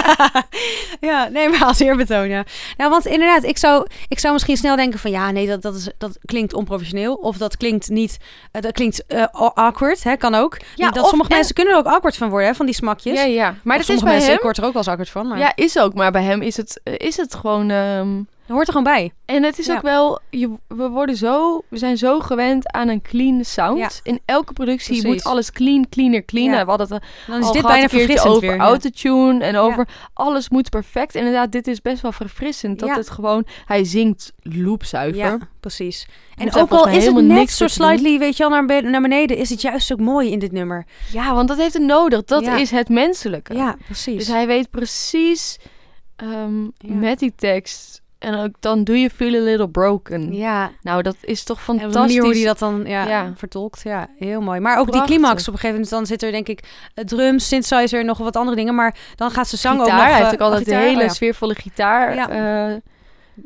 [SPEAKER 1] ja, nee, maar als eerbetoon, ja. Nou, want inderdaad, ik zou, ik zou misschien snel denken van... ja, nee, dat, dat, is, dat klinkt onprofessioneel. Of dat klinkt niet... eh, dat klinkt eh, aw- awkward, hè, kan ook.
[SPEAKER 2] Ja,
[SPEAKER 1] dat
[SPEAKER 2] of-
[SPEAKER 1] sommige
[SPEAKER 2] en-
[SPEAKER 1] mensen kunnen er ook awkward van worden, hè, van die smakjes.
[SPEAKER 2] Ja, ja. Maar
[SPEAKER 1] Of
[SPEAKER 2] dat is
[SPEAKER 1] sommige
[SPEAKER 2] bij
[SPEAKER 1] mensen,
[SPEAKER 2] hem...
[SPEAKER 1] ik word er ook wel eens awkward van, maar
[SPEAKER 2] Ja, is ook. Maar bij hem is het, eh, is het gewoon... ehm,
[SPEAKER 1] dat hoort er gewoon bij.
[SPEAKER 2] En het is
[SPEAKER 1] Ja.
[SPEAKER 2] ook wel, je, we worden zo, we zijn zo gewend aan een clean sound.
[SPEAKER 1] Ja.
[SPEAKER 2] In elke productie moet
[SPEAKER 1] Precies.
[SPEAKER 2] alles clean, cleaner, clean.
[SPEAKER 1] Ja.
[SPEAKER 2] We hadden het
[SPEAKER 1] Dan is
[SPEAKER 2] al
[SPEAKER 1] dit
[SPEAKER 2] gehad
[SPEAKER 1] bijna
[SPEAKER 2] een keertje
[SPEAKER 1] verfrissend
[SPEAKER 2] over
[SPEAKER 1] weer. ja.
[SPEAKER 2] autotune en over alles moet perfect. Inderdaad, dit is best wel verfrissend. Dat
[SPEAKER 1] Ja.
[SPEAKER 2] het gewoon, hij zingt loopzuiver.
[SPEAKER 1] Ja, precies. En
[SPEAKER 2] Hoeft daar
[SPEAKER 1] ook
[SPEAKER 2] volgens
[SPEAKER 1] al
[SPEAKER 2] mij
[SPEAKER 1] is het
[SPEAKER 2] helemaal
[SPEAKER 1] net
[SPEAKER 2] niks
[SPEAKER 1] zo
[SPEAKER 2] voor te doen.
[SPEAKER 1] slightly, weet je wel, naar, be- naar beneden... is het juist ook mooi in dit nummer.
[SPEAKER 2] Ja, want dat heeft het nodig. Dat
[SPEAKER 1] Ja.
[SPEAKER 2] is het menselijke.
[SPEAKER 1] Ja, precies.
[SPEAKER 2] Dus hij weet precies ehm,
[SPEAKER 1] Ja.
[SPEAKER 2] met die tekst. En ook dan doe je feel a little broken.
[SPEAKER 1] Ja,
[SPEAKER 2] Nou, dat is toch
[SPEAKER 1] En
[SPEAKER 2] fantastisch.
[SPEAKER 1] op de manier hoe die dat dan ja,
[SPEAKER 2] Ja.
[SPEAKER 1] vertolkt. Ja, heel mooi. Maar ook die
[SPEAKER 2] Prachtig.
[SPEAKER 1] climax op een gegeven moment. Dan zit er denk ik eh, drums, synthesizer, nog wat andere dingen. Maar dan gaat ze zang ook
[SPEAKER 2] gitaar.
[SPEAKER 1] nog...
[SPEAKER 2] Hij
[SPEAKER 1] eh,
[SPEAKER 2] heeft ook altijd
[SPEAKER 1] gitaar,
[SPEAKER 2] de hele
[SPEAKER 1] oh ja.
[SPEAKER 2] sfeervolle gitaar.
[SPEAKER 1] Ja.
[SPEAKER 2] eh,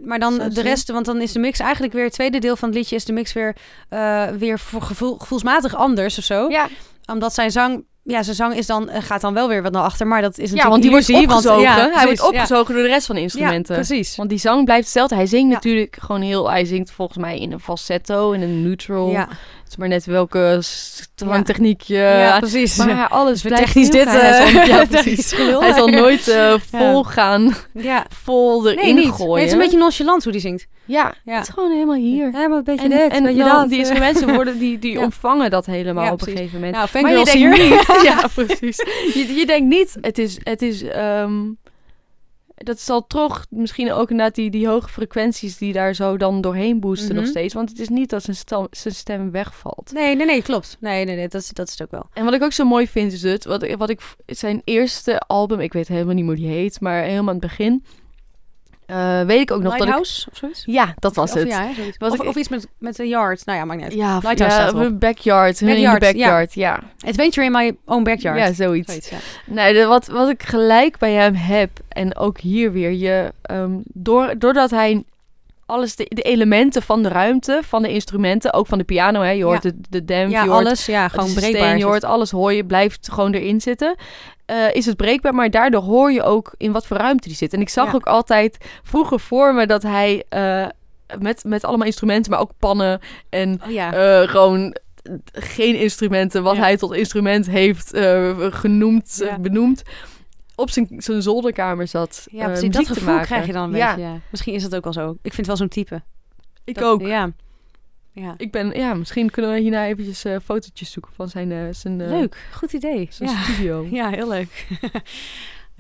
[SPEAKER 1] Maar dan
[SPEAKER 2] Zo,
[SPEAKER 1] de
[SPEAKER 2] zo.
[SPEAKER 1] rest, want dan is de mix eigenlijk weer... Het tweede deel van het liedje is de mix weer, eh, weer voor gevoel, gevoelsmatig anders of zo.
[SPEAKER 2] ja.
[SPEAKER 1] Omdat zijn zang... Ja, zijn zang is dan, eh, gaat dan wel weer wat naar achter. Maar dat is natuurlijk
[SPEAKER 2] ja, want die wordt
[SPEAKER 1] illusie, want-
[SPEAKER 2] opgezogen.
[SPEAKER 1] ja,
[SPEAKER 2] hij
[SPEAKER 1] precies,
[SPEAKER 2] wordt opgezogen door de rest van de
[SPEAKER 1] Ja, ja,
[SPEAKER 2] instrumenten.
[SPEAKER 1] precies.
[SPEAKER 2] want die zang blijft hetzelfde. Hij zingt
[SPEAKER 1] Ja.
[SPEAKER 2] natuurlijk gewoon heel... Hij zingt volgens mij in een falsetto, in een neutral.
[SPEAKER 1] Ja,
[SPEAKER 2] Het is maar net welke strangtechniek je...
[SPEAKER 1] ja, precies.
[SPEAKER 2] maar alles
[SPEAKER 1] Dus
[SPEAKER 2] blijft
[SPEAKER 1] technisch
[SPEAKER 2] heel
[SPEAKER 1] dit...
[SPEAKER 2] fijn. Hij zal-
[SPEAKER 1] eh,
[SPEAKER 2] ja,
[SPEAKER 1] technisch
[SPEAKER 2] precies.
[SPEAKER 1] gelul.
[SPEAKER 2] Hij zal nooit eh, vol gaan,
[SPEAKER 1] Ja.
[SPEAKER 2] vol erin
[SPEAKER 1] Nee, niet.
[SPEAKER 2] gooien.
[SPEAKER 1] Nee, het is een beetje nonchalant hoe die zingt.
[SPEAKER 2] Ja,
[SPEAKER 1] Ja.
[SPEAKER 2] het is gewoon helemaal hier.
[SPEAKER 1] Ja, maar een beetje
[SPEAKER 2] En,
[SPEAKER 1] dit,
[SPEAKER 2] en
[SPEAKER 1] een beetje
[SPEAKER 2] dan
[SPEAKER 1] dat.
[SPEAKER 2] die instrumenten worden, die, die
[SPEAKER 1] Ja.
[SPEAKER 2] ontvangen dat helemaal
[SPEAKER 1] Ja,
[SPEAKER 2] op een
[SPEAKER 1] precies.
[SPEAKER 2] gegeven moment.
[SPEAKER 1] nou,
[SPEAKER 2] Maar je
[SPEAKER 1] fangirls
[SPEAKER 2] denkt
[SPEAKER 1] hier.
[SPEAKER 2] niet. ja, precies. Je, je denkt niet, het is, het is ehm, dat zal toch misschien ook inderdaad die, die hoge frequenties die daar zo dan doorheen boosten nog
[SPEAKER 1] Mhm.
[SPEAKER 2] steeds. Want het is niet dat zijn, stem, zijn stem wegvalt.
[SPEAKER 1] Nee, nee, nee, klopt. Nee, nee, nee, dat, is- dat is het ook wel.
[SPEAKER 2] En wat ik ook zo mooi vind is het, wat, wat ik, zijn eerste album, ik weet helemaal niet hoe die heet, maar helemaal aan het begin, eh, weet ik ook nog dat ik...
[SPEAKER 1] Lighthouse of zoiets?
[SPEAKER 2] Ja, dat was
[SPEAKER 1] of,
[SPEAKER 2] het.
[SPEAKER 1] Ja, hè, zoiets.
[SPEAKER 2] Wat
[SPEAKER 1] of,
[SPEAKER 2] ik-
[SPEAKER 1] of iets met, met een yard. Nou ja, maakt niet uit.
[SPEAKER 2] Ja, of-
[SPEAKER 1] Lighthouse staat
[SPEAKER 2] ja,
[SPEAKER 1] erop.
[SPEAKER 2] backyard. hun in de
[SPEAKER 1] Backyard, ja.
[SPEAKER 2] backyard, ja.
[SPEAKER 1] Adventure in my own backyard.
[SPEAKER 2] Ja, zoiets.
[SPEAKER 1] Zoiets, ja.
[SPEAKER 2] Nee, de- wat, wat ik gelijk bij hem heb, en ook hier weer, je, ehm, door, doordat hij alles, de, de elementen van de ruimte, van de instrumenten, ook van de piano. Hè. Je hoort
[SPEAKER 1] Ja.
[SPEAKER 2] de, de demp,
[SPEAKER 1] ja,
[SPEAKER 2] je hoort
[SPEAKER 1] alles. Ja, gewoon
[SPEAKER 2] het
[SPEAKER 1] breekbaar.
[SPEAKER 2] systeem,
[SPEAKER 1] is
[SPEAKER 2] je
[SPEAKER 1] het.
[SPEAKER 2] hoort alles, hoor je, blijft gewoon erin zitten. Eh, is het breekbaar, maar daardoor hoor je ook in wat voor ruimte die zit. En ik zag
[SPEAKER 1] Ja.
[SPEAKER 2] ook altijd vroeger voor me dat hij eh, met, met allemaal instrumenten, maar ook pannen en
[SPEAKER 1] Oh, ja.
[SPEAKER 2] eh, gewoon geen instrumenten, wat
[SPEAKER 1] Ja.
[SPEAKER 2] hij tot instrument heeft eh, genoemd, eh,
[SPEAKER 1] Ja.
[SPEAKER 2] benoemd, op zijn, zijn zolderkamer zat.
[SPEAKER 1] ja,
[SPEAKER 2] eh,
[SPEAKER 1] precies.
[SPEAKER 2] muziek
[SPEAKER 1] Dat
[SPEAKER 2] te
[SPEAKER 1] gevoel
[SPEAKER 2] maken.
[SPEAKER 1] krijg je dan een
[SPEAKER 2] Ja,
[SPEAKER 1] beetje. Ja. Misschien is dat ook wel zo. Ik vind het wel zo'n type.
[SPEAKER 2] ik
[SPEAKER 1] Dat-
[SPEAKER 2] ook.
[SPEAKER 1] Ja. ja.
[SPEAKER 2] Ik ben, ja, misschien kunnen we hierna eventjes eh fotootjes zoeken van zijn, eh, zijn, eh,
[SPEAKER 1] Leuk. Goed idee.
[SPEAKER 2] zijn
[SPEAKER 1] Ja.
[SPEAKER 2] studio.
[SPEAKER 1] ja, heel leuk. ja.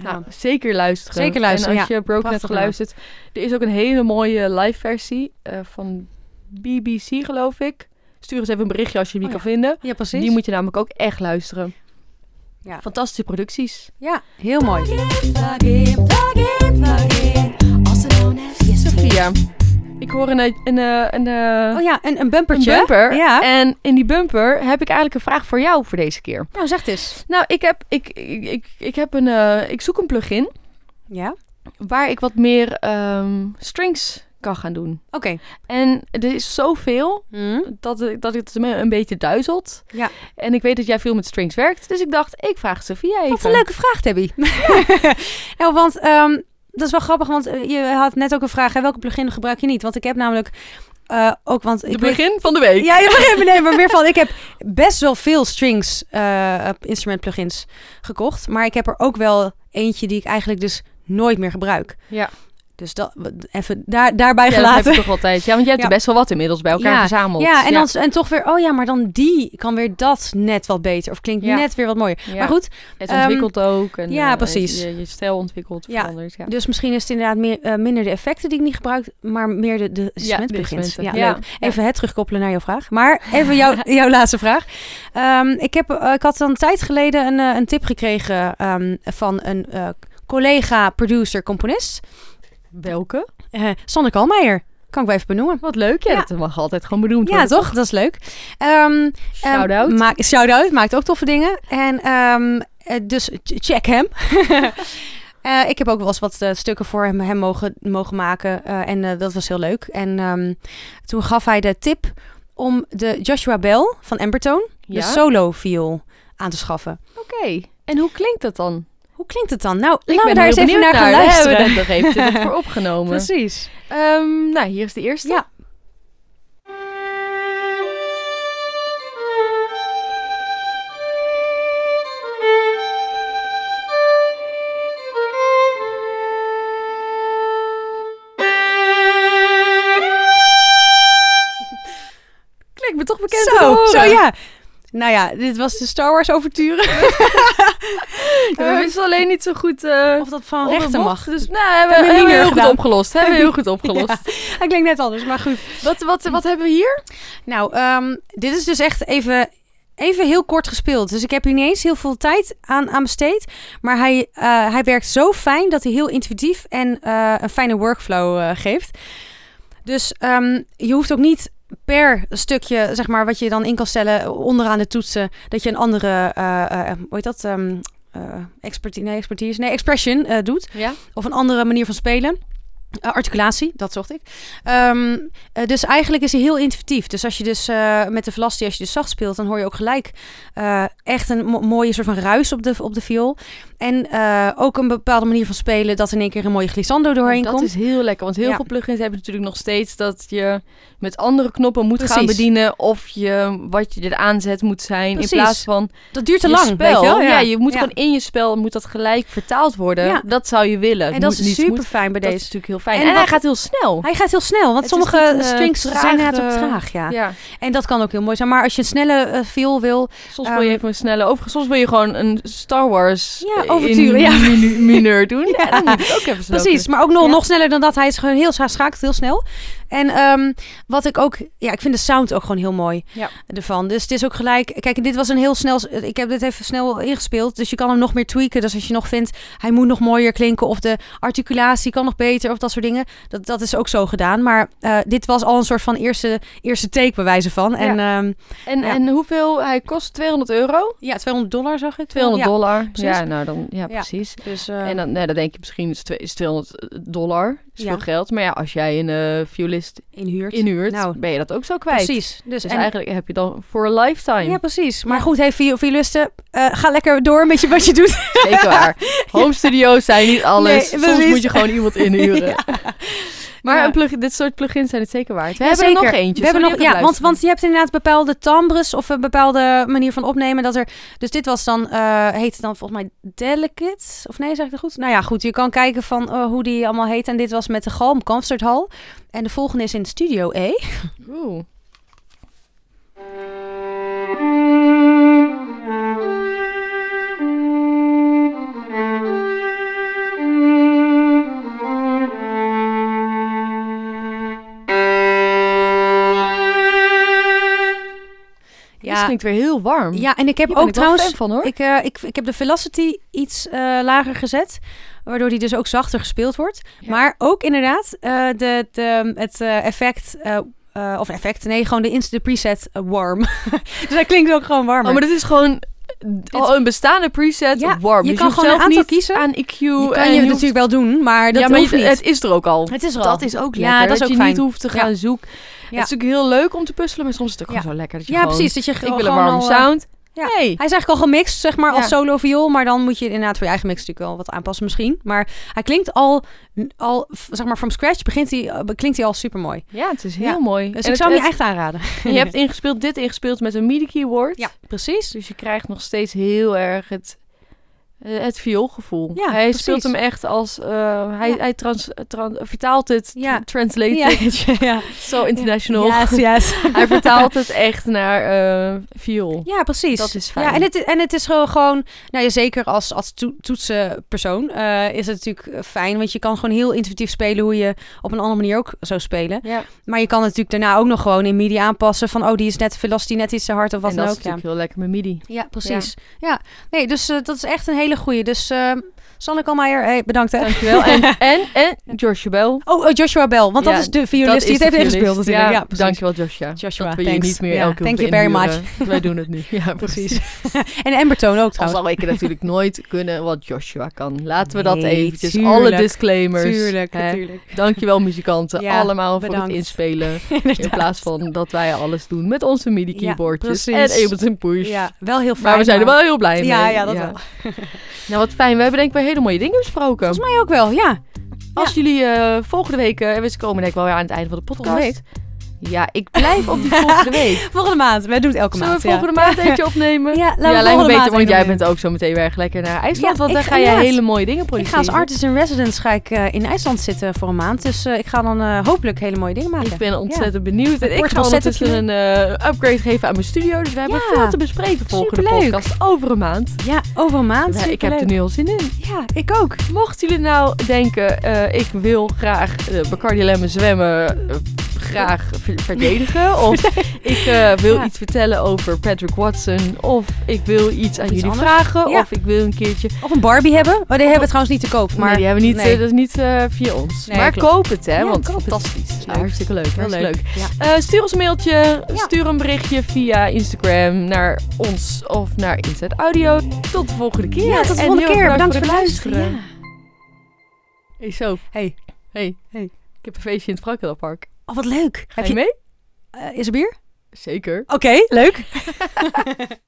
[SPEAKER 2] Nou, zeker luisteren.
[SPEAKER 1] Zeker luisteren,
[SPEAKER 2] En als
[SPEAKER 1] ja.
[SPEAKER 2] je Broken hebt
[SPEAKER 1] Prachtig nummer.
[SPEAKER 2] geluisterd, er is ook een hele mooie live versie eh, van BBC, geloof ik. Stuur eens even een berichtje als je die
[SPEAKER 1] Oh,
[SPEAKER 2] kan vinden.
[SPEAKER 1] ja, precies.
[SPEAKER 2] Die moet je namelijk ook echt luisteren.
[SPEAKER 1] Ja.
[SPEAKER 2] Fantastische producties.
[SPEAKER 1] Ja, heel mooi.
[SPEAKER 2] Sophia, ik hoor een, een, eh, een, eh,
[SPEAKER 1] Oh ja, en een
[SPEAKER 2] een
[SPEAKER 1] bumpertje.
[SPEAKER 2] bumper.
[SPEAKER 1] Ja.
[SPEAKER 2] En in die bumper heb ik eigenlijk een vraag voor jou voor deze keer.
[SPEAKER 1] Nou, zeg het eens.
[SPEAKER 2] Nou, ik, heb, ik, ik, ik, ik heb een, eh, ik zoek een plugin
[SPEAKER 1] Ja? Oké.
[SPEAKER 2] waar ik wat meer ehm, strings kan gaan doen. En er is zoveel dat, het- dat het me een beetje duizelt.
[SPEAKER 1] Ja.
[SPEAKER 2] En ik weet dat jij veel met strings werkt. Dus ik dacht, ik vraag Sophia even.
[SPEAKER 1] Wat een leuke vraag, Debbie. nou, want ehm, dat is wel grappig, want eh, je had net ook een vraag. Hè, welke plugin gebruik je niet? Want ik heb namelijk eh, ook... Want
[SPEAKER 2] De
[SPEAKER 1] ik weet-
[SPEAKER 2] begin van de week.
[SPEAKER 1] Ja, ja, maar- nee, maar meer van. Ik heb best wel veel strings eh instrument plugins gekocht. Maar ik heb er ook wel eentje die ik eigenlijk dus nooit meer gebruik.
[SPEAKER 2] Ja.
[SPEAKER 1] Dus dat, even daar, daarbij
[SPEAKER 2] Ja, dat
[SPEAKER 1] gelaten.
[SPEAKER 2] heb ik toch altijd. Ja, want jij hebt
[SPEAKER 1] Ja.
[SPEAKER 2] er best wel wat inmiddels bij elkaar
[SPEAKER 1] Ja,
[SPEAKER 2] verzameld.
[SPEAKER 1] Ja, en, Dan, en toch weer, oh ja, maar dan die kan weer dat net wat beter. Of klinkt
[SPEAKER 2] Ja.
[SPEAKER 1] net weer wat mooier.
[SPEAKER 2] Ja.
[SPEAKER 1] Maar goed,
[SPEAKER 2] het
[SPEAKER 1] ehm,
[SPEAKER 2] ontwikkelt ook. En,
[SPEAKER 1] ja,
[SPEAKER 2] eh,
[SPEAKER 1] precies.
[SPEAKER 2] Je, je stijl ontwikkelt,
[SPEAKER 1] Ja.
[SPEAKER 2] verandert. Ja.
[SPEAKER 1] dus misschien is het inderdaad meer, eh, minder de effecten die ik niet gebruik, maar meer de, de instrumentplugins.
[SPEAKER 2] instrumenten.
[SPEAKER 1] Ja,
[SPEAKER 2] Ja.
[SPEAKER 1] leuk. Even het terugkoppelen naar jouw vraag. Maar even jouw- jouw laatste vraag. Ehm, ik, heb, eh, ik had een tijd geleden een, eh, een tip gekregen ehm, van een eh, collega, producer, componist.
[SPEAKER 2] Welke?
[SPEAKER 1] eh Sander Kalmeijer. Kan ik wel even benoemen.
[SPEAKER 2] Wat leuk. Ja,
[SPEAKER 1] Ja.
[SPEAKER 2] dat mag altijd gewoon benoemd
[SPEAKER 1] Ja,
[SPEAKER 2] worden.
[SPEAKER 1] toch? Dat is leuk. Ehm, Ehm,
[SPEAKER 2] Shout-out.
[SPEAKER 1] maak- shout-out, maakt ook toffe dingen. En ehm, eh, dus ch- check hem. Eh, ik heb ook wel eens wat eh, stukken voor hem, hem mogen, mogen maken. eh, en eh, dat was heel leuk. En ehm, toen gaf hij de tip om de Joshua Bell van Embertone,
[SPEAKER 2] ja?
[SPEAKER 1] de solo viool, aan te schaffen.
[SPEAKER 2] Oké. En hoe klinkt dat dan?
[SPEAKER 1] Hoe klinkt het dan? Nou,
[SPEAKER 2] ik
[SPEAKER 1] laten we
[SPEAKER 2] ben
[SPEAKER 1] daar
[SPEAKER 2] heel
[SPEAKER 1] eens even
[SPEAKER 2] benieuwd
[SPEAKER 1] naar gaan
[SPEAKER 2] Daar hebben
[SPEAKER 1] luisteren.
[SPEAKER 2] we net nog even voor opgenomen.
[SPEAKER 1] Precies.
[SPEAKER 2] Ehm, nou, hier is de eerste.
[SPEAKER 1] Ja.
[SPEAKER 2] Klinkt me toch bekend te
[SPEAKER 1] zo,
[SPEAKER 2] horen.
[SPEAKER 1] zo ja. Nou ja, dit was de Star Wars overture.
[SPEAKER 2] We wisten alleen niet zo goed eh
[SPEAKER 1] Of dat van
[SPEAKER 2] of het
[SPEAKER 1] rechten
[SPEAKER 2] mocht.
[SPEAKER 1] mag.
[SPEAKER 2] Dus nou, hebben,
[SPEAKER 1] hebben
[SPEAKER 2] hebben
[SPEAKER 1] we
[SPEAKER 2] we heel
[SPEAKER 1] niet
[SPEAKER 2] goed
[SPEAKER 1] gedaan.
[SPEAKER 2] opgelost. Hebben we heel goed opgelost.
[SPEAKER 1] Hij klinkt net anders, maar goed.
[SPEAKER 2] Wat, wat, wat hebben we hier?
[SPEAKER 1] Nou, ehm, dit is dus echt even, even heel kort gespeeld. Dus ik heb hier niet eens heel veel tijd aan, aan besteed. Maar hij, eh, hij werkt zo fijn dat hij heel intuïtief en eh, een fijne workflow eh, geeft. Dus ehm, je hoeft ook niet per stukje, zeg maar, wat je dan in kan stellen onderaan de toetsen, dat je een andere, eh, eh, hoe heet dat? ehm eh, experti- nee, expertise, nee, expression eh, doet
[SPEAKER 2] Ja.
[SPEAKER 1] of een andere manier van spelen. Eh, articulatie, dat zocht ik. Ehm, eh, dus eigenlijk is hij heel intuïtief. Dus als je dus eh, met de velocity, als je dus zacht speelt, dan hoor je ook gelijk eh, echt een mo- mooie soort van ruis op de, op de viool. En eh, ook een bepaalde manier van spelen dat in één keer een mooie glissando doorheen
[SPEAKER 2] Oh, dat
[SPEAKER 1] komt.
[SPEAKER 2] is heel lekker, want heel
[SPEAKER 1] Ja.
[SPEAKER 2] veel plugins hebben natuurlijk nog steeds dat je met andere knoppen moet gaan
[SPEAKER 1] Precies.
[SPEAKER 2] bedienen. Of je, wat je er aanzet moet zijn in
[SPEAKER 1] Precies.
[SPEAKER 2] plaats van
[SPEAKER 1] Dat duurt te
[SPEAKER 2] je
[SPEAKER 1] lang,
[SPEAKER 2] spel.
[SPEAKER 1] weet je wel?
[SPEAKER 2] Ja. je moet
[SPEAKER 1] Ja.
[SPEAKER 2] gewoon in je spel moet dat gelijk vertaald worden.
[SPEAKER 1] Ja.
[SPEAKER 2] Dat zou je willen.
[SPEAKER 1] En dat
[SPEAKER 2] eh, Moet-
[SPEAKER 1] is
[SPEAKER 2] niet
[SPEAKER 1] super
[SPEAKER 2] moet.
[SPEAKER 1] fijn bij
[SPEAKER 2] Dat is
[SPEAKER 1] deze.
[SPEAKER 2] natuurlijk heel fijn.
[SPEAKER 1] En
[SPEAKER 2] En, hij
[SPEAKER 1] wat-
[SPEAKER 2] gaat heel snel.
[SPEAKER 1] Hij gaat heel snel, want
[SPEAKER 2] Het is
[SPEAKER 1] sommige
[SPEAKER 2] niet een, eh,
[SPEAKER 1] strings zijn inderdaad
[SPEAKER 2] trage-
[SPEAKER 1] op traag, ja.
[SPEAKER 2] Ja.
[SPEAKER 1] En dat kan ook heel mooi zijn. Maar als je een snelle eh, viool wil,
[SPEAKER 2] Soms wil je
[SPEAKER 1] Ehm,
[SPEAKER 2] even een snelle over. Soms wil je gewoon een Star Wars
[SPEAKER 1] Ja,
[SPEAKER 2] eh,
[SPEAKER 1] overture,
[SPEAKER 2] in
[SPEAKER 1] ja.
[SPEAKER 2] minu- mineur doen. Ja. dan moet het ook even snel
[SPEAKER 1] Precies,
[SPEAKER 2] kunnen.
[SPEAKER 1] maar ook nog,
[SPEAKER 2] Ja.
[SPEAKER 1] nog sneller dan dat. Hij is gewoon heel hij schakelt heel snel. En ehm, wat ik ook, ja, ik vind de sound ook gewoon heel mooi
[SPEAKER 2] Ja.
[SPEAKER 1] ervan. Dus het is ook gelijk. Kijk, dit was een heel snel. Ik heb dit even snel ingespeeld, dus je kan hem nog meer tweaken. Dus als je nog vindt, hij moet nog mooier klinken of de articulatie kan nog beter of dat soort dingen. Dat, dat is ook zo gedaan. Maar eh, dit was al een soort van eerste, eerste take bij wijze van. En ehm,
[SPEAKER 2] En,
[SPEAKER 1] Ja.
[SPEAKER 2] en hoeveel? Hij kost 200 euro.
[SPEAKER 1] ja, 200 dollar zag ik.
[SPEAKER 2] 200
[SPEAKER 1] Ja,
[SPEAKER 2] dollar.
[SPEAKER 1] precies.
[SPEAKER 2] Ja, nou dan, ja,
[SPEAKER 1] Ja.
[SPEAKER 2] precies.
[SPEAKER 1] Dus, eh,
[SPEAKER 2] nou, En dan, nee, dan denk je misschien is twe- is 200 dollar. is
[SPEAKER 1] Ja.
[SPEAKER 2] veel geld. Maar ja, als jij een eh, violist violist
[SPEAKER 1] Inhuurt.
[SPEAKER 2] inhuurt,
[SPEAKER 1] Nou,
[SPEAKER 2] ben je dat ook zo kwijt.
[SPEAKER 1] precies. Dus,
[SPEAKER 2] Dus
[SPEAKER 1] en-
[SPEAKER 2] eigenlijk heb je dan voor een lifetime.
[SPEAKER 1] Ja, precies. Maar goed, hey, vi- violisten, eh, ga lekker door met je, wat je doet.
[SPEAKER 2] Zeker waar. Home studio's zijn niet alles.
[SPEAKER 1] Nee,
[SPEAKER 2] Soms
[SPEAKER 1] precies.
[SPEAKER 2] moet je gewoon iemand inhuren. Maar
[SPEAKER 1] Ja.
[SPEAKER 2] een plug- dit soort plugins zijn het zeker waard. We
[SPEAKER 1] Ja,
[SPEAKER 2] hebben er nog
[SPEAKER 1] zeker.
[SPEAKER 2] eentje.
[SPEAKER 1] We hebben
[SPEAKER 2] Sorry
[SPEAKER 1] nog, ja,
[SPEAKER 2] dat ik
[SPEAKER 1] want,
[SPEAKER 2] het
[SPEAKER 1] want je hebt inderdaad bepaalde timbres of een bepaalde manier van opnemen. Dat er, dus dit was dan, eh heette dan volgens mij Delicate. Of nee, zeg ik dat goed? Nou ja, goed. Je kan kijken van eh, hoe die allemaal heet. En dit was met de Galm Concert Hall. En de volgende is in Studio E.
[SPEAKER 2] luister. Oeh. Dit
[SPEAKER 1] Ja,
[SPEAKER 2] klinkt weer heel warm.
[SPEAKER 1] ja, en ik heb
[SPEAKER 2] Hier ben
[SPEAKER 1] ook
[SPEAKER 2] ik wel
[SPEAKER 1] trouwens...
[SPEAKER 2] fan van hoor.
[SPEAKER 1] Ik, eh, ik, ik heb de velocity iets eh, lager gezet, waardoor die dus ook zachter gespeeld wordt.
[SPEAKER 2] Ja.
[SPEAKER 1] Maar ook inderdaad eh, de, de, het eh, effect, eh, eh, of effect, nee, gewoon de, inst- de preset eh, warm. dus hij klinkt ook gewoon warmer.
[SPEAKER 2] Oh, maar dit is gewoon al een bestaande preset
[SPEAKER 1] Ja,
[SPEAKER 2] warm.
[SPEAKER 1] je
[SPEAKER 2] Dus
[SPEAKER 1] kan
[SPEAKER 2] hoeft
[SPEAKER 1] gewoon een
[SPEAKER 2] zelf
[SPEAKER 1] aantal
[SPEAKER 2] niet
[SPEAKER 1] kiezen.
[SPEAKER 2] aan EQ.
[SPEAKER 1] je
[SPEAKER 2] en
[SPEAKER 1] kan je
[SPEAKER 2] hoeft-
[SPEAKER 1] natuurlijk wel doen, maar dat
[SPEAKER 2] ja, maar
[SPEAKER 1] hoeft
[SPEAKER 2] je-
[SPEAKER 1] niet.
[SPEAKER 2] het is er ook al.
[SPEAKER 1] Het is er
[SPEAKER 2] Dat
[SPEAKER 1] al.
[SPEAKER 2] is dus ook
[SPEAKER 1] Ja,
[SPEAKER 2] lekker.
[SPEAKER 1] dat is ook
[SPEAKER 2] je
[SPEAKER 1] fijn.
[SPEAKER 2] niet hoeft te gaan zoeken.
[SPEAKER 1] Ja.
[SPEAKER 2] Het is natuurlijk heel leuk om te puzzelen, maar soms is het ook
[SPEAKER 1] Ja.
[SPEAKER 2] gewoon zo lekker dat je
[SPEAKER 1] ja,
[SPEAKER 2] gewoon...
[SPEAKER 1] precies. Dat je
[SPEAKER 2] Ik
[SPEAKER 1] gewoon
[SPEAKER 2] wil een warme
[SPEAKER 1] al, eh,
[SPEAKER 2] sound.
[SPEAKER 1] ja.
[SPEAKER 2] Hey.
[SPEAKER 1] Hij is eigenlijk al gemixt, zeg maar, als
[SPEAKER 2] Ja.
[SPEAKER 1] solo viool. Maar dan moet je inderdaad voor je eigen mix natuurlijk wel wat aanpassen misschien. Maar hij klinkt al, al f- zeg maar, from scratch begint hij, eh, klinkt hij al super mooi.
[SPEAKER 2] Ja, het is heel
[SPEAKER 1] Ja.
[SPEAKER 2] mooi.
[SPEAKER 1] Dus
[SPEAKER 2] En
[SPEAKER 1] ik
[SPEAKER 2] het-
[SPEAKER 1] zou hem je
[SPEAKER 2] het-
[SPEAKER 1] echt aanraden.
[SPEAKER 2] Je hebt ingespeeld, dit ingespeeld met een MIDI keyboard.
[SPEAKER 1] Ja, precies.
[SPEAKER 2] Dus je krijgt nog steeds heel erg het, eh, het vioolgevoel.
[SPEAKER 1] Ja,
[SPEAKER 2] hij
[SPEAKER 1] precies.
[SPEAKER 2] speelt hem echt als... eh, hij
[SPEAKER 1] Ja.
[SPEAKER 2] hij trans, tran- vertaalt het,
[SPEAKER 1] Ja.
[SPEAKER 2] translate
[SPEAKER 1] Ja,
[SPEAKER 2] it,
[SPEAKER 1] ja.
[SPEAKER 2] zo international.
[SPEAKER 1] Yes, yes.
[SPEAKER 2] Hij vertaalt het echt naar eh viool.
[SPEAKER 1] Ja, precies.
[SPEAKER 2] Dat is fijn.
[SPEAKER 1] Ja, en het, en het is gewoon, gewoon nou ja, zeker als, als toe- toetsenpersoon eh, is het natuurlijk eh, fijn. Want je kan gewoon heel intuïtief spelen hoe je op een andere manier ook zou spelen.
[SPEAKER 2] Ja.
[SPEAKER 1] Maar je kan het natuurlijk daarna ook nog gewoon in MIDI aanpassen. Van, oh, die is net velocity net iets te hard of wat
[SPEAKER 2] en
[SPEAKER 1] dan
[SPEAKER 2] dat
[SPEAKER 1] ook.
[SPEAKER 2] is natuurlijk heel lekker met MIDI.
[SPEAKER 1] Ja, ja precies. Ja. nee, dus eh, dat is echt een hele goeie. Dus eh Sanne Meijer, hey, bedankt hè.
[SPEAKER 2] Dankjewel. En, en, en George Bell.
[SPEAKER 1] Oh, eh, Joshua Bell, want
[SPEAKER 2] Ja,
[SPEAKER 1] dat is de violist die het heeft ingespeeld natuurlijk. Ja, precies.
[SPEAKER 2] dankjewel Joshua.
[SPEAKER 1] Joshua,
[SPEAKER 2] dat we
[SPEAKER 1] thanks.
[SPEAKER 2] je niet meer
[SPEAKER 1] Ja,
[SPEAKER 2] elke
[SPEAKER 1] thank
[SPEAKER 2] keer
[SPEAKER 1] you very much.
[SPEAKER 2] Wij doen het nu. Ja, precies.
[SPEAKER 1] En Embertone ook
[SPEAKER 2] Al
[SPEAKER 1] trouwens.
[SPEAKER 2] zal ik het natuurlijk nooit kunnen wat Joshua kan. Laten we dat
[SPEAKER 1] Nee,
[SPEAKER 2] eventjes.
[SPEAKER 1] tuurlijk.
[SPEAKER 2] Alle disclaimers.
[SPEAKER 1] Tuurlijk,
[SPEAKER 2] hè.
[SPEAKER 1] natuurlijk.
[SPEAKER 2] Dankjewel muzikanten.
[SPEAKER 1] Ja,
[SPEAKER 2] allemaal voor
[SPEAKER 1] bedankt.
[SPEAKER 2] het inspelen. In
[SPEAKER 1] Inderdaad.
[SPEAKER 2] plaats van dat wij alles doen met onze MIDI
[SPEAKER 1] Ja,
[SPEAKER 2] keyboardjes. en
[SPEAKER 1] precies.
[SPEAKER 2] Ableton Push.
[SPEAKER 1] Ja, wel heel fijn.
[SPEAKER 2] Maar we zijn er wel heel blij mee.
[SPEAKER 1] Ja, ja, dat wel.
[SPEAKER 2] Nou, wat fijn. We hebben denk ik weer hele mooie dingen besproken.
[SPEAKER 1] Volgens mij ook wel, ja.
[SPEAKER 2] Als jullie eh, volgende week... eh, we komen denk ik wel weer aan het einde van de podcast.
[SPEAKER 1] Volgende week.
[SPEAKER 2] Ja, ik blijf op die volgende week.
[SPEAKER 1] Volgende maand. Wij doen het elke
[SPEAKER 2] Zullen we
[SPEAKER 1] maand.
[SPEAKER 2] volgende maand eentje opnemen?
[SPEAKER 1] Ja, laten we
[SPEAKER 2] ja lijkt me
[SPEAKER 1] volgende
[SPEAKER 2] beter,
[SPEAKER 1] maand
[SPEAKER 2] want jij
[SPEAKER 1] doen.
[SPEAKER 2] bent ook zo meteen weer erg lekker naar IJsland.
[SPEAKER 1] Ja,
[SPEAKER 2] want
[SPEAKER 1] ik
[SPEAKER 2] daar
[SPEAKER 1] ga
[SPEAKER 2] ga jij
[SPEAKER 1] inderdaad-
[SPEAKER 2] hele mooie dingen
[SPEAKER 1] Ik ga
[SPEAKER 2] produceren.
[SPEAKER 1] als artist in residence ga ik, eh, in IJsland zitten voor een maand. Dus eh, ik ga dan eh, hopelijk hele mooie dingen maken.
[SPEAKER 2] Ik ben ontzettend benieuwd. En ik ga
[SPEAKER 1] portable
[SPEAKER 2] ondertussen
[SPEAKER 1] setupje.
[SPEAKER 2] een eh, upgrade geven aan mijn studio. Dus we hebben
[SPEAKER 1] Ja.
[SPEAKER 2] veel te bespreken volgende
[SPEAKER 1] Superleuk.
[SPEAKER 2] podcast over een maand.
[SPEAKER 1] Ja, over een maand.
[SPEAKER 2] ik heb
[SPEAKER 1] Superleuk.
[SPEAKER 2] er nu al zin in.
[SPEAKER 1] Ja, ik ook.
[SPEAKER 2] Mochten jullie nou denken, eh, ik wil graag eh Bacardi Lemon zwemmen, eh, graag ver- verdedigen. of ik eh, wil
[SPEAKER 1] Ja.
[SPEAKER 2] iets vertellen over Patrick Watson. Of ik wil iets aan
[SPEAKER 1] iets
[SPEAKER 2] jullie
[SPEAKER 1] anders.
[SPEAKER 2] vragen.
[SPEAKER 1] Ja.
[SPEAKER 2] Of ik wil een keertje
[SPEAKER 1] Of een Barbie hebben. Oh, die hebben we trouwens niet te koop. Maar
[SPEAKER 2] Maar die hebben we niet,
[SPEAKER 1] nee.
[SPEAKER 2] eh, dat is niet eh, via ons.
[SPEAKER 1] Nee,
[SPEAKER 2] maar
[SPEAKER 1] klopt.
[SPEAKER 2] koop het, hè?
[SPEAKER 1] Ja,
[SPEAKER 2] want
[SPEAKER 1] koop het.
[SPEAKER 2] fantastisch.
[SPEAKER 1] Is
[SPEAKER 2] Ja,
[SPEAKER 1] leuk.
[SPEAKER 2] hartstikke leuk. Heel leuk.
[SPEAKER 1] Ja.
[SPEAKER 2] Eh, stuur ons een mailtje. Stuur een berichtje via Instagram naar ons of naar Inside Audio. Tot de volgende keer.
[SPEAKER 1] Ja, tot de
[SPEAKER 2] En
[SPEAKER 1] volgende
[SPEAKER 2] heel
[SPEAKER 1] keer.
[SPEAKER 2] erg
[SPEAKER 1] Bedankt voor
[SPEAKER 2] het
[SPEAKER 1] het luisteren.
[SPEAKER 2] Hey, zo.
[SPEAKER 1] Hey.
[SPEAKER 2] Hey.
[SPEAKER 1] Hey.
[SPEAKER 2] Ik heb een feestje in het Frankelenpark.
[SPEAKER 1] Oh, wat leuk.
[SPEAKER 2] Ga
[SPEAKER 1] Heb
[SPEAKER 2] je
[SPEAKER 1] je...
[SPEAKER 2] mee?
[SPEAKER 1] eh, is er bier?
[SPEAKER 2] Zeker.
[SPEAKER 1] Oké, leuk.